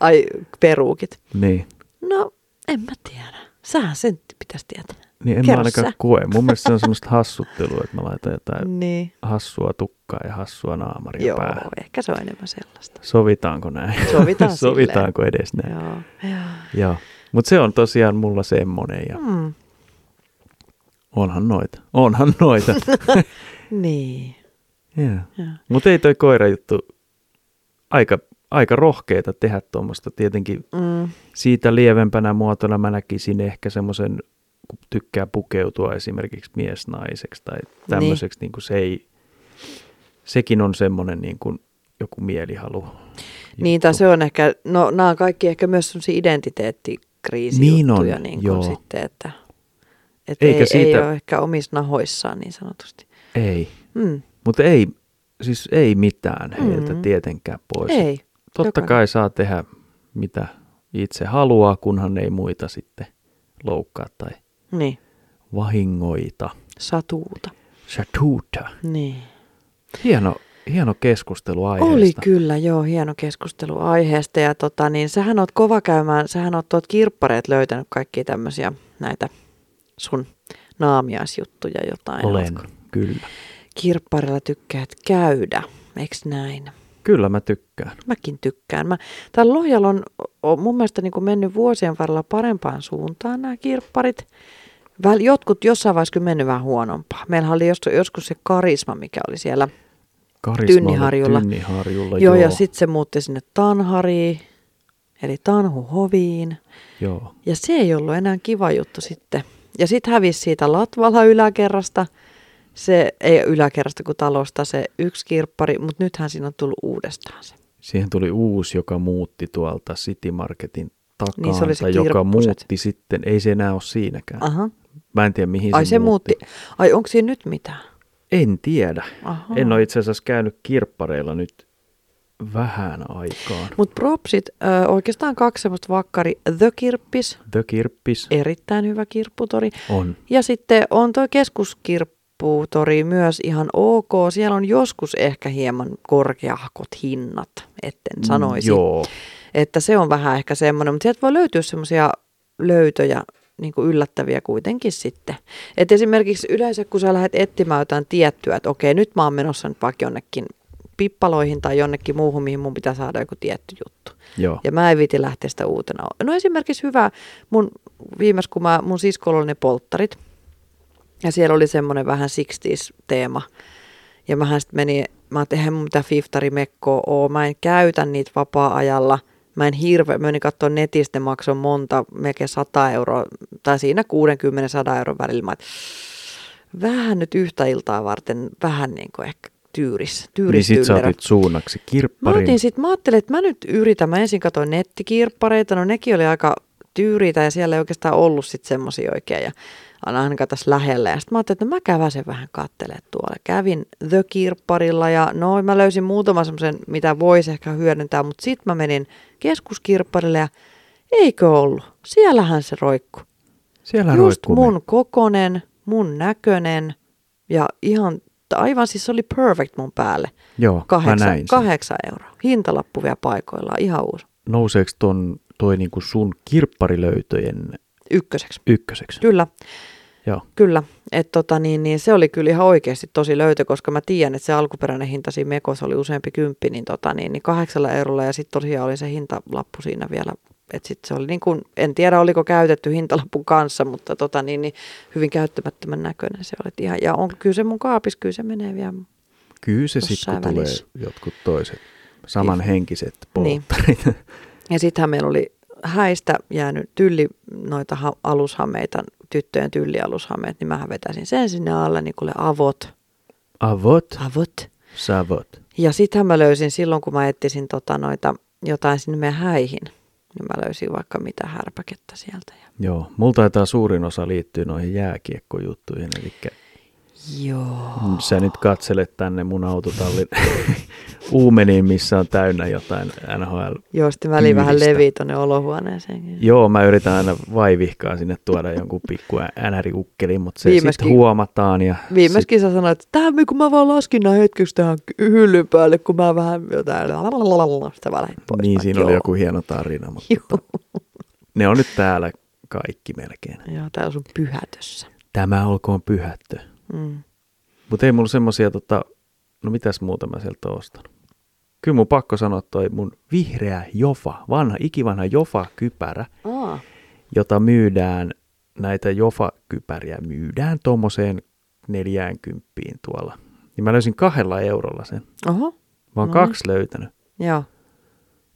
[SPEAKER 2] Ai, peruukit.
[SPEAKER 1] niin.
[SPEAKER 2] No, en mä tiedä. Sähän sen pitäisi tietää.
[SPEAKER 1] Niin en
[SPEAKER 2] Kerro
[SPEAKER 1] mä ainakaan
[SPEAKER 2] sä.
[SPEAKER 1] koe. Mun mielestä se on semmoista hassuttelua, että mä laitan jotain
[SPEAKER 2] Niin.
[SPEAKER 1] hassua tukkaa ja hassua naamaria
[SPEAKER 2] Joo,
[SPEAKER 1] päähän.
[SPEAKER 2] ehkä se on enemmän sellaista.
[SPEAKER 1] Sovitaanko näin?
[SPEAKER 2] Sovitaan
[SPEAKER 1] Sovitaanko edes näin? Joo.
[SPEAKER 2] Joo. Joo.
[SPEAKER 1] Joo. Mutta se on tosiaan mulla semmonen ja
[SPEAKER 2] Mm.
[SPEAKER 1] onhan noita. Onhan noita.
[SPEAKER 2] Niin.
[SPEAKER 1] yeah.
[SPEAKER 2] Joo.
[SPEAKER 1] Mutta ei toi koira juttu aika, aika rohkeita tehdä tuommoista. Tietenkin
[SPEAKER 2] Mm.
[SPEAKER 1] siitä lievempänä muotona mä näkisin ehkä semmoisen, kun tykkää pukeutua esimerkiksi miesnaiseksi tai tämmöiseksi, niin. niin se ei, sekin on semmoinen niin kuin joku mielihalu.
[SPEAKER 2] Niin, tai se on ehkä, no nämä on kaikki ehkä myös sellaisia identiteettikriisijuttuja
[SPEAKER 1] Niin on,
[SPEAKER 2] niin
[SPEAKER 1] joo.
[SPEAKER 2] kuin sitten, että, että
[SPEAKER 1] Eikä
[SPEAKER 2] ei, ei
[SPEAKER 1] siitä-
[SPEAKER 2] ole ehkä omissa nahoissaan niin sanotusti.
[SPEAKER 1] Ei,
[SPEAKER 2] Mm,
[SPEAKER 1] mutta ei, siis ei mitään heiltä
[SPEAKER 2] Mm.
[SPEAKER 1] mm. tietenkään pois.
[SPEAKER 2] ei.
[SPEAKER 1] Totta
[SPEAKER 2] Jokainen.
[SPEAKER 1] kai saa tehdä mitä itse haluaa, kunhan ei muita sitten loukkaa tai
[SPEAKER 2] Niin,
[SPEAKER 1] vahingoita.
[SPEAKER 2] satuuta.
[SPEAKER 1] Shatuta.
[SPEAKER 2] Niin.
[SPEAKER 1] Hieno, hieno keskustelu aiheesta.
[SPEAKER 2] Oli kyllä, joo, hieno keskustelu aiheesta. Ja tota, niin sähän oot kova käymään, sähän oot tuot kirppareet löytänyt kaikki tämmöisiä näitä sun naamiaisjuttuja jotain.
[SPEAKER 1] Olen,
[SPEAKER 2] Ootko-
[SPEAKER 1] kyllä.
[SPEAKER 2] Kirpparilla tykkäät käydä, eiks näin?
[SPEAKER 1] Kyllä mä tykkään.
[SPEAKER 2] Mäkin tykkään. Mä, täällä Lohjalla on, on mun mielestä niin kuin mennyt vuosien varrella parempaan suuntaan nämä kirpparit. Väl, jotkut jossain vaiheessa kyllä mennyt vähän huonompaa. Meillähän oli jos, joskus se karisma, mikä oli siellä.
[SPEAKER 1] Karisma
[SPEAKER 2] Tynniharjulla.
[SPEAKER 1] Tynniharjulla,
[SPEAKER 2] joo,
[SPEAKER 1] joo.
[SPEAKER 2] ja sitten se muutti sinne Tanhariin, eli Tanhuhoviin.
[SPEAKER 1] joo.
[SPEAKER 2] Ja se ei ollut enää kiva juttu sitten. Ja sitten hävisi siitä Latvala yläkerrasta, se ei yläkerrasta kuin talosta se yksi kirppari, mutta nythän siinä on tullut uudestaan se.
[SPEAKER 1] Siihen tuli uusi, joka muutti tuolta City Marketin takaan,
[SPEAKER 2] Niin, se oli se
[SPEAKER 1] tai joka
[SPEAKER 2] kirppuset.
[SPEAKER 1] muutti sitten. Ei se enää ole siinäkään.
[SPEAKER 2] Aha.
[SPEAKER 1] Mä en tiedä, mihin
[SPEAKER 2] Ai
[SPEAKER 1] se,
[SPEAKER 2] se muutti. Ai onko siinä nyt mitään?
[SPEAKER 1] En tiedä.
[SPEAKER 2] Aha.
[SPEAKER 1] En ole itse asiassa käynyt kirppareilla nyt vähän aikaan.
[SPEAKER 2] Mutta propsit, ö, oikeastaan kaksi semmoista vakkari. The Kirppis,
[SPEAKER 1] The Kirppis
[SPEAKER 2] erittäin hyvä kirpputori.
[SPEAKER 1] on.
[SPEAKER 2] Ja sitten on tuo keskuskirpputori myös ihan ok. Siellä on joskus ehkä hieman korkeahkot hinnat, etten sanoisi.
[SPEAKER 1] Mm, Joo.
[SPEAKER 2] Että se on vähän ehkä semmoinen, mutta sieltä voi löytyä semmoisia löytöjä niin kuin yllättäviä kuitenkin sitten. Et esimerkiksi yleensä kun sä lähdet etsimään jotain tiettyä, että okei nyt mä oon menossa nyt vaikka jonnekin pippaloihin tai jonnekin muuhun, mihin mun pitää saada joku tietty juttu.
[SPEAKER 1] Joo.
[SPEAKER 2] Ja mä en viti lähteä sitä uutena. No esimerkiksi hyvä, mun viimeis kun mä, mun siskolla oli ne polttarit. Ja siellä oli semmoinen vähän 60s teema. Ja mähän sitten menin, mä ajattelin, eihän mun mitään fiftarimekkoa oo. Mä en käytä niitä vapaa-ajalla. Mä en hirveä, mä menin katsoa netistä, ne maksoi monta, melkein 100 euroa. Tai siinä 60-100 euron välillä. Mä et, vähän nyt yhtä iltaa varten, vähän niin kuin ehkä tyyris, tyyris
[SPEAKER 1] Niin sit sä
[SPEAKER 2] tyllero.
[SPEAKER 1] otit suunnaksi
[SPEAKER 2] Mä
[SPEAKER 1] kirpparin.
[SPEAKER 2] otin sit, mä ajattelin, että mä nyt yritän, mä ensin katsoin nettikirppareita, no nekin oli aika tyyriitä ja siellä ei oikeastaan ollut sit semmosia oikein. Ja on ainakaan tässä lähellä. Ja sitten mä ajattelin, että no mä käväsen vähän kattele tuolla. Kävin The Kirpparilla ja no mä löysin muutaman semmoisen, mitä voisi ehkä hyödyntää, mutta sitten mä menin keskuskirpparille ja eikö ollut? Siellähän se roikku.
[SPEAKER 1] Siellä
[SPEAKER 2] Just
[SPEAKER 1] roikkuu me.
[SPEAKER 2] mun kokonen, mun näkönen ja ihan, aivan siis se oli perfect mun päälle.
[SPEAKER 1] Joo, kahdeksan, mä
[SPEAKER 2] Kahdeksan,
[SPEAKER 1] näin sen.
[SPEAKER 2] kahdeksan euroa. Hintalappu vielä paikoillaan, ihan uusi.
[SPEAKER 1] Nouseeko ton, toi niinku sun kirpparilöytöjen
[SPEAKER 2] Ykköseksi.
[SPEAKER 1] ykköseksi?
[SPEAKER 2] Kyllä,
[SPEAKER 1] Joo.
[SPEAKER 2] kyllä. Et tota, niin, niin, se oli kyllä ihan oikeasti tosi löytö, koska mä tiedän, että se alkuperäinen hinta siinä mekossa oli useampi kymppi, niin, tota, niin, niin kahdeksalla eurolla ja sitten tosiaan oli se hintalappu siinä vielä. Et sit se oli niin kun, en tiedä oliko käytetty hintalapun kanssa, mutta tota, niin, niin, hyvin käyttämättömän näköinen se oli. Et Ihan, ja on, kyllä se mun kaapis, kyllä se menee vielä.
[SPEAKER 1] Kyllä se sitten,
[SPEAKER 2] Jossain
[SPEAKER 1] kun tulee
[SPEAKER 2] välissä.
[SPEAKER 1] jotkut toiset samanhenkiset
[SPEAKER 2] Niin.
[SPEAKER 1] polttarit. Niin.
[SPEAKER 2] Ja sittenhän meillä oli häistä jäänyt tylli, noita ha- alushameita, tyttöjen tyllialushameet, niin mä vetäisin sen sinne alle, niin kuin avot.
[SPEAKER 1] Avot,
[SPEAKER 2] Avot.
[SPEAKER 1] savot.
[SPEAKER 2] Ja sittenhän mä löysin silloin, kun mä etsisin tota noita, jotain sinne meidän häihin, niin mä löysin vaikka mitä härpäkettä sieltä. Ja...
[SPEAKER 1] Joo, multa taitaa suurin osa liittyy noihin jääkiekkojuttuihin, eli
[SPEAKER 2] Joo.
[SPEAKER 1] sä nyt katselet tänne mun autotallin uumeniin, missä on täynnä jotain NHL.
[SPEAKER 2] Joo, sitten mä olin vähän
[SPEAKER 1] Tyylistä.
[SPEAKER 2] leviä tuonne olohuoneeseen.
[SPEAKER 1] Joo, mä yritän aina vaivihkaa sinne tuoda jonkun pikku ä- äänärikukkelin, mutta se sitten
[SPEAKER 2] Viimeiskin-
[SPEAKER 1] huomataan. Ja sit,
[SPEAKER 2] Viimeiskin sä sanoit, että tähän, kun mä vaan laskin nää hetkeksi tähän hyllyn päälle, kun mä vähän jotain, sitä vaan lähdin pois. Mä,
[SPEAKER 1] niin siinä oli
[SPEAKER 2] joo.
[SPEAKER 1] joku hieno tarina, mutta tota,
[SPEAKER 2] Joo.
[SPEAKER 1] ne on nyt täällä kaikki melkein.
[SPEAKER 2] Joo, tää on sun pyhätössä.
[SPEAKER 1] Tämä olkoon pyhättö.
[SPEAKER 2] Mm.
[SPEAKER 1] Mutta ei mulla semmosia, tota, no mitäs muuta mä sieltä oon ostanut. Kyllä mun pakko sanoa toi mun vihreä jofa, vanha, ikivanha jofa-kypärä,
[SPEAKER 2] Aa,
[SPEAKER 1] jota myydään, näitä jofa-kypäriä myydään tuommoiseen 40 tuolla. Niin mä löysin kahdella eurolla sen. Mä
[SPEAKER 2] oho,
[SPEAKER 1] oon
[SPEAKER 2] No niin.
[SPEAKER 1] kaksi löytänyt.
[SPEAKER 2] joo.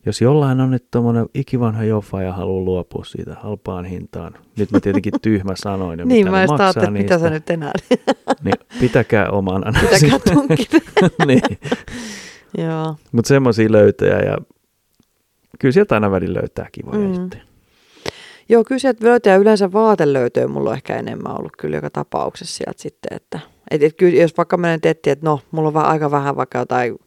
[SPEAKER 1] Jos jollain on nyt tommonen ikivanha jofa ja haluaa luopua siitä halpaan hintaan. Nyt mä tietenkin tyhmä sanoin, ja
[SPEAKER 2] niin,
[SPEAKER 1] mitä
[SPEAKER 2] mä
[SPEAKER 1] ne
[SPEAKER 2] just
[SPEAKER 1] maksaa
[SPEAKER 2] ajattelin, että mitä
[SPEAKER 1] niistä.
[SPEAKER 2] sä nyt enää,
[SPEAKER 1] Niin, pitäkää omana.
[SPEAKER 2] pitäkää tunkit.
[SPEAKER 1] niin.
[SPEAKER 2] joo.
[SPEAKER 1] Mutta semmoisia löytöjä ja kyllä sieltä aina välillä löytää kivoja mm.
[SPEAKER 2] Mm.
[SPEAKER 1] juttuja.
[SPEAKER 2] Joo, kyllä sieltä löytää yleensä vaatelöytöä mulla on ehkä enemmän ollut kyllä joka tapauksessa sieltä sitten, että et, et kyllä, jos vaikka menen etsiä, että no, mulla on vaan aika vähän vaikka jotain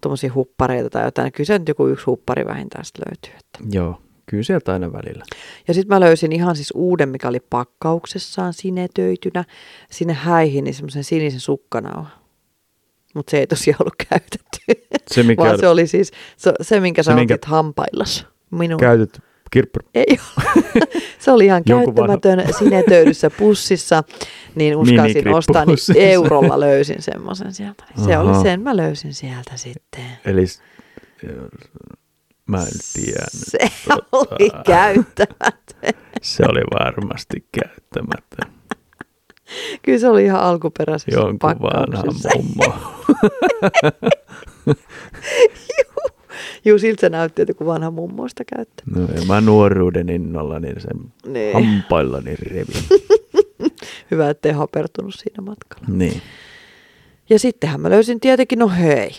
[SPEAKER 2] tuommoisia huppareita tai jotain, niin kyllä se nyt joku yksi huppari vähintään sitten löytyy. Että.
[SPEAKER 1] Joo, kyllä sieltä aina välillä.
[SPEAKER 2] Ja sitten mä löysin ihan siis uuden, mikä oli pakkauksessaan sinetöitynä sinne häihin, niin semmoisen sinisen sukkanauhan. Mutta se ei tosiaan ollut käytetty,
[SPEAKER 1] Se mikä
[SPEAKER 2] vaan
[SPEAKER 1] on
[SPEAKER 2] se oli siis se, se minkä sä
[SPEAKER 1] Se,
[SPEAKER 2] se
[SPEAKER 1] minkä-
[SPEAKER 2] minkä... otit hampaillas. Minun.
[SPEAKER 1] käytetty kirppur.
[SPEAKER 2] Ei ole. Se oli ihan
[SPEAKER 1] Jonkun vanha-
[SPEAKER 2] käyttämätön sinetöydyssä pussissa, niin uskalsin
[SPEAKER 1] Miniklippu
[SPEAKER 2] ostaa, niin
[SPEAKER 1] pussissa.
[SPEAKER 2] eurolla löysin semmoisen sieltä. Se
[SPEAKER 1] Aha.
[SPEAKER 2] oli sen, mä löysin sieltä sitten.
[SPEAKER 1] Eli s- mä en tota. tiedä.
[SPEAKER 2] Se oli käyttämätön.
[SPEAKER 1] Se oli varmasti käyttämättä.
[SPEAKER 2] Kyllä se oli ihan alkuperäisessä
[SPEAKER 1] Jonkun vanhan
[SPEAKER 2] pakkauksessa.
[SPEAKER 1] mummo.
[SPEAKER 2] Juu, siltä se näytti, että kun vanha mummoista käyttää.
[SPEAKER 1] No ja mä nuoruuden innolla niin sen
[SPEAKER 2] Niin.
[SPEAKER 1] hampaillani revin.
[SPEAKER 2] Hyvä, ettei hapertunut siinä matkalla.
[SPEAKER 1] Niin.
[SPEAKER 2] Ja sittenhän mä löysin tietenkin, no hei,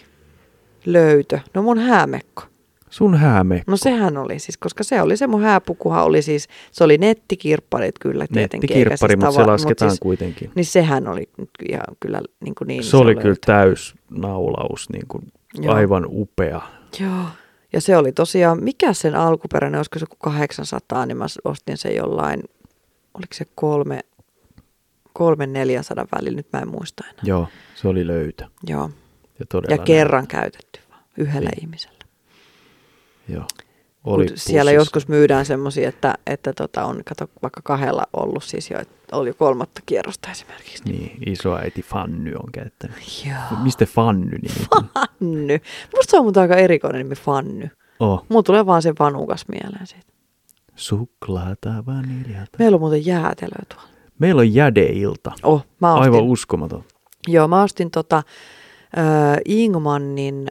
[SPEAKER 2] löytö. No mun häämekko.
[SPEAKER 1] Sun hääme.
[SPEAKER 2] No sehän oli siis, koska se oli se mun hääpukuhan oli siis, se oli nettikirpparit kyllä tietenkin. eikä
[SPEAKER 1] Nettikirppari,
[SPEAKER 2] siis
[SPEAKER 1] mutta se
[SPEAKER 2] tava- mut
[SPEAKER 1] lasketaan
[SPEAKER 2] Siis,
[SPEAKER 1] kuitenkin.
[SPEAKER 2] niin sehän oli nyt ihan kyllä niin, kuin niin
[SPEAKER 1] Se oli kyllä
[SPEAKER 2] löytö.
[SPEAKER 1] täys naulaus, niin kuin
[SPEAKER 2] Joo.
[SPEAKER 1] aivan upea.
[SPEAKER 2] Joo. Ja se oli tosiaan, mikä sen alkuperäinen, olisiko se joku 800, niin mä ostin sen jollain, oliko se kolme, kolmen 400 välillä, nyt mä en muista enää.
[SPEAKER 1] Joo, se oli löytö.
[SPEAKER 2] Joo.
[SPEAKER 1] Ja, todella
[SPEAKER 2] Ja
[SPEAKER 1] näin.
[SPEAKER 2] kerran käytetty vaan, yhdellä
[SPEAKER 1] Niin.
[SPEAKER 2] ihmisellä.
[SPEAKER 1] Joo.
[SPEAKER 2] Oli kun siellä
[SPEAKER 1] pussissa.
[SPEAKER 2] joskus myydään semmoisia, että, että tota on kato, vaikka kahdella ollut siis jo, että oli kolmatta kierrosta esimerkiksi.
[SPEAKER 1] Niin, isoäiti Fanny on käyttänyt.
[SPEAKER 2] Joo.
[SPEAKER 1] Mistä Fanny nimi?
[SPEAKER 2] Fanny. Musta se on muuten aika erikoinen nimi Fanny.
[SPEAKER 1] Oh,
[SPEAKER 2] Mulla tulee vaan se vanukas mieleen siitä.
[SPEAKER 1] suklaata vaniljata.
[SPEAKER 2] Meillä on muuten jäätelöä tuolla.
[SPEAKER 1] Meillä on jädeilta.
[SPEAKER 2] Oh, mä ostin,
[SPEAKER 1] Aivan uskomaton.
[SPEAKER 2] Joo, mä ostin tota, äh, Ingmannin,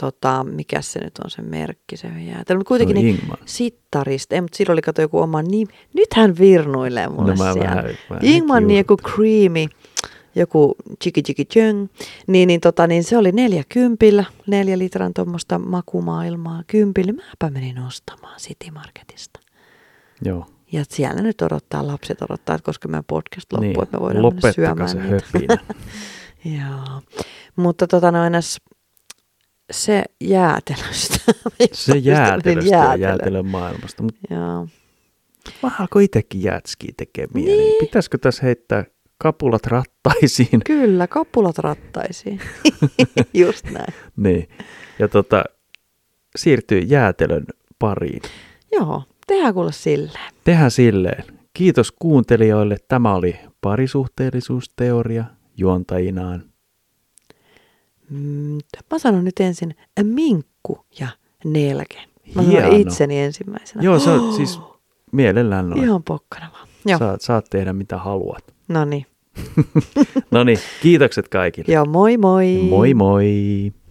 [SPEAKER 2] tota, mikä se nyt on se merkki, se jäätelö. Mutta kuitenkin
[SPEAKER 1] No,
[SPEAKER 2] niin,
[SPEAKER 1] Ingman.
[SPEAKER 2] sittarista, ei, mutta sillä oli kato joku oma nimi. Nyt hän virnuilee mulle
[SPEAKER 1] No mä
[SPEAKER 2] siellä.
[SPEAKER 1] vähän- vähän
[SPEAKER 2] Ingmanni
[SPEAKER 1] kiusattu.
[SPEAKER 2] joku creamy, joku chiki chiki chöng, niin, niin, tota, niin se oli neljä kympillä, neljä litran tuommoista makumaailmaa kympillä. Mäpä menin ostamaan City Marketista.
[SPEAKER 1] Joo.
[SPEAKER 2] Ja että siellä nyt odottaa, lapset odottaa, että koska meidän podcast loppuu, niin, että me voidaan mennä
[SPEAKER 1] lopettakaa
[SPEAKER 2] syömään
[SPEAKER 1] se
[SPEAKER 2] niitä.
[SPEAKER 1] höpinä.
[SPEAKER 2] Joo. Mutta tota noin, s- se jäätelöstä.
[SPEAKER 1] Se jäätelöstä ja jäätelön maailmasta. Mutta
[SPEAKER 2] Joo.
[SPEAKER 1] mä alkoi itsekin jäätskiä tekemään. Niin. Niin pitäisikö tässä heittää kapulat rattaisiin?
[SPEAKER 2] Kyllä, kapulat rattaisiin. Just näin.
[SPEAKER 1] niin. Ja tota, siirtyy jäätelön pariin.
[SPEAKER 2] Joo, tehdään kuule silleen.
[SPEAKER 1] Tehdään silleen. Kiitos kuuntelijoille. Tämä oli parisuhteellisuusteoria juontajinaan.
[SPEAKER 2] Mm, Mä sanon nyt ensin minkku ja nelke. Mä sanon
[SPEAKER 1] Hieno.
[SPEAKER 2] itseni ensimmäisenä.
[SPEAKER 1] Joo, se on siis mielellään noin.
[SPEAKER 2] Ihan pokkana vaan. Joo,
[SPEAKER 1] Saat, saat tehdä mitä haluat.
[SPEAKER 2] no niin.
[SPEAKER 1] No niin, kiitokset kaikille.
[SPEAKER 2] Joo, moi moi.
[SPEAKER 1] Moi moi!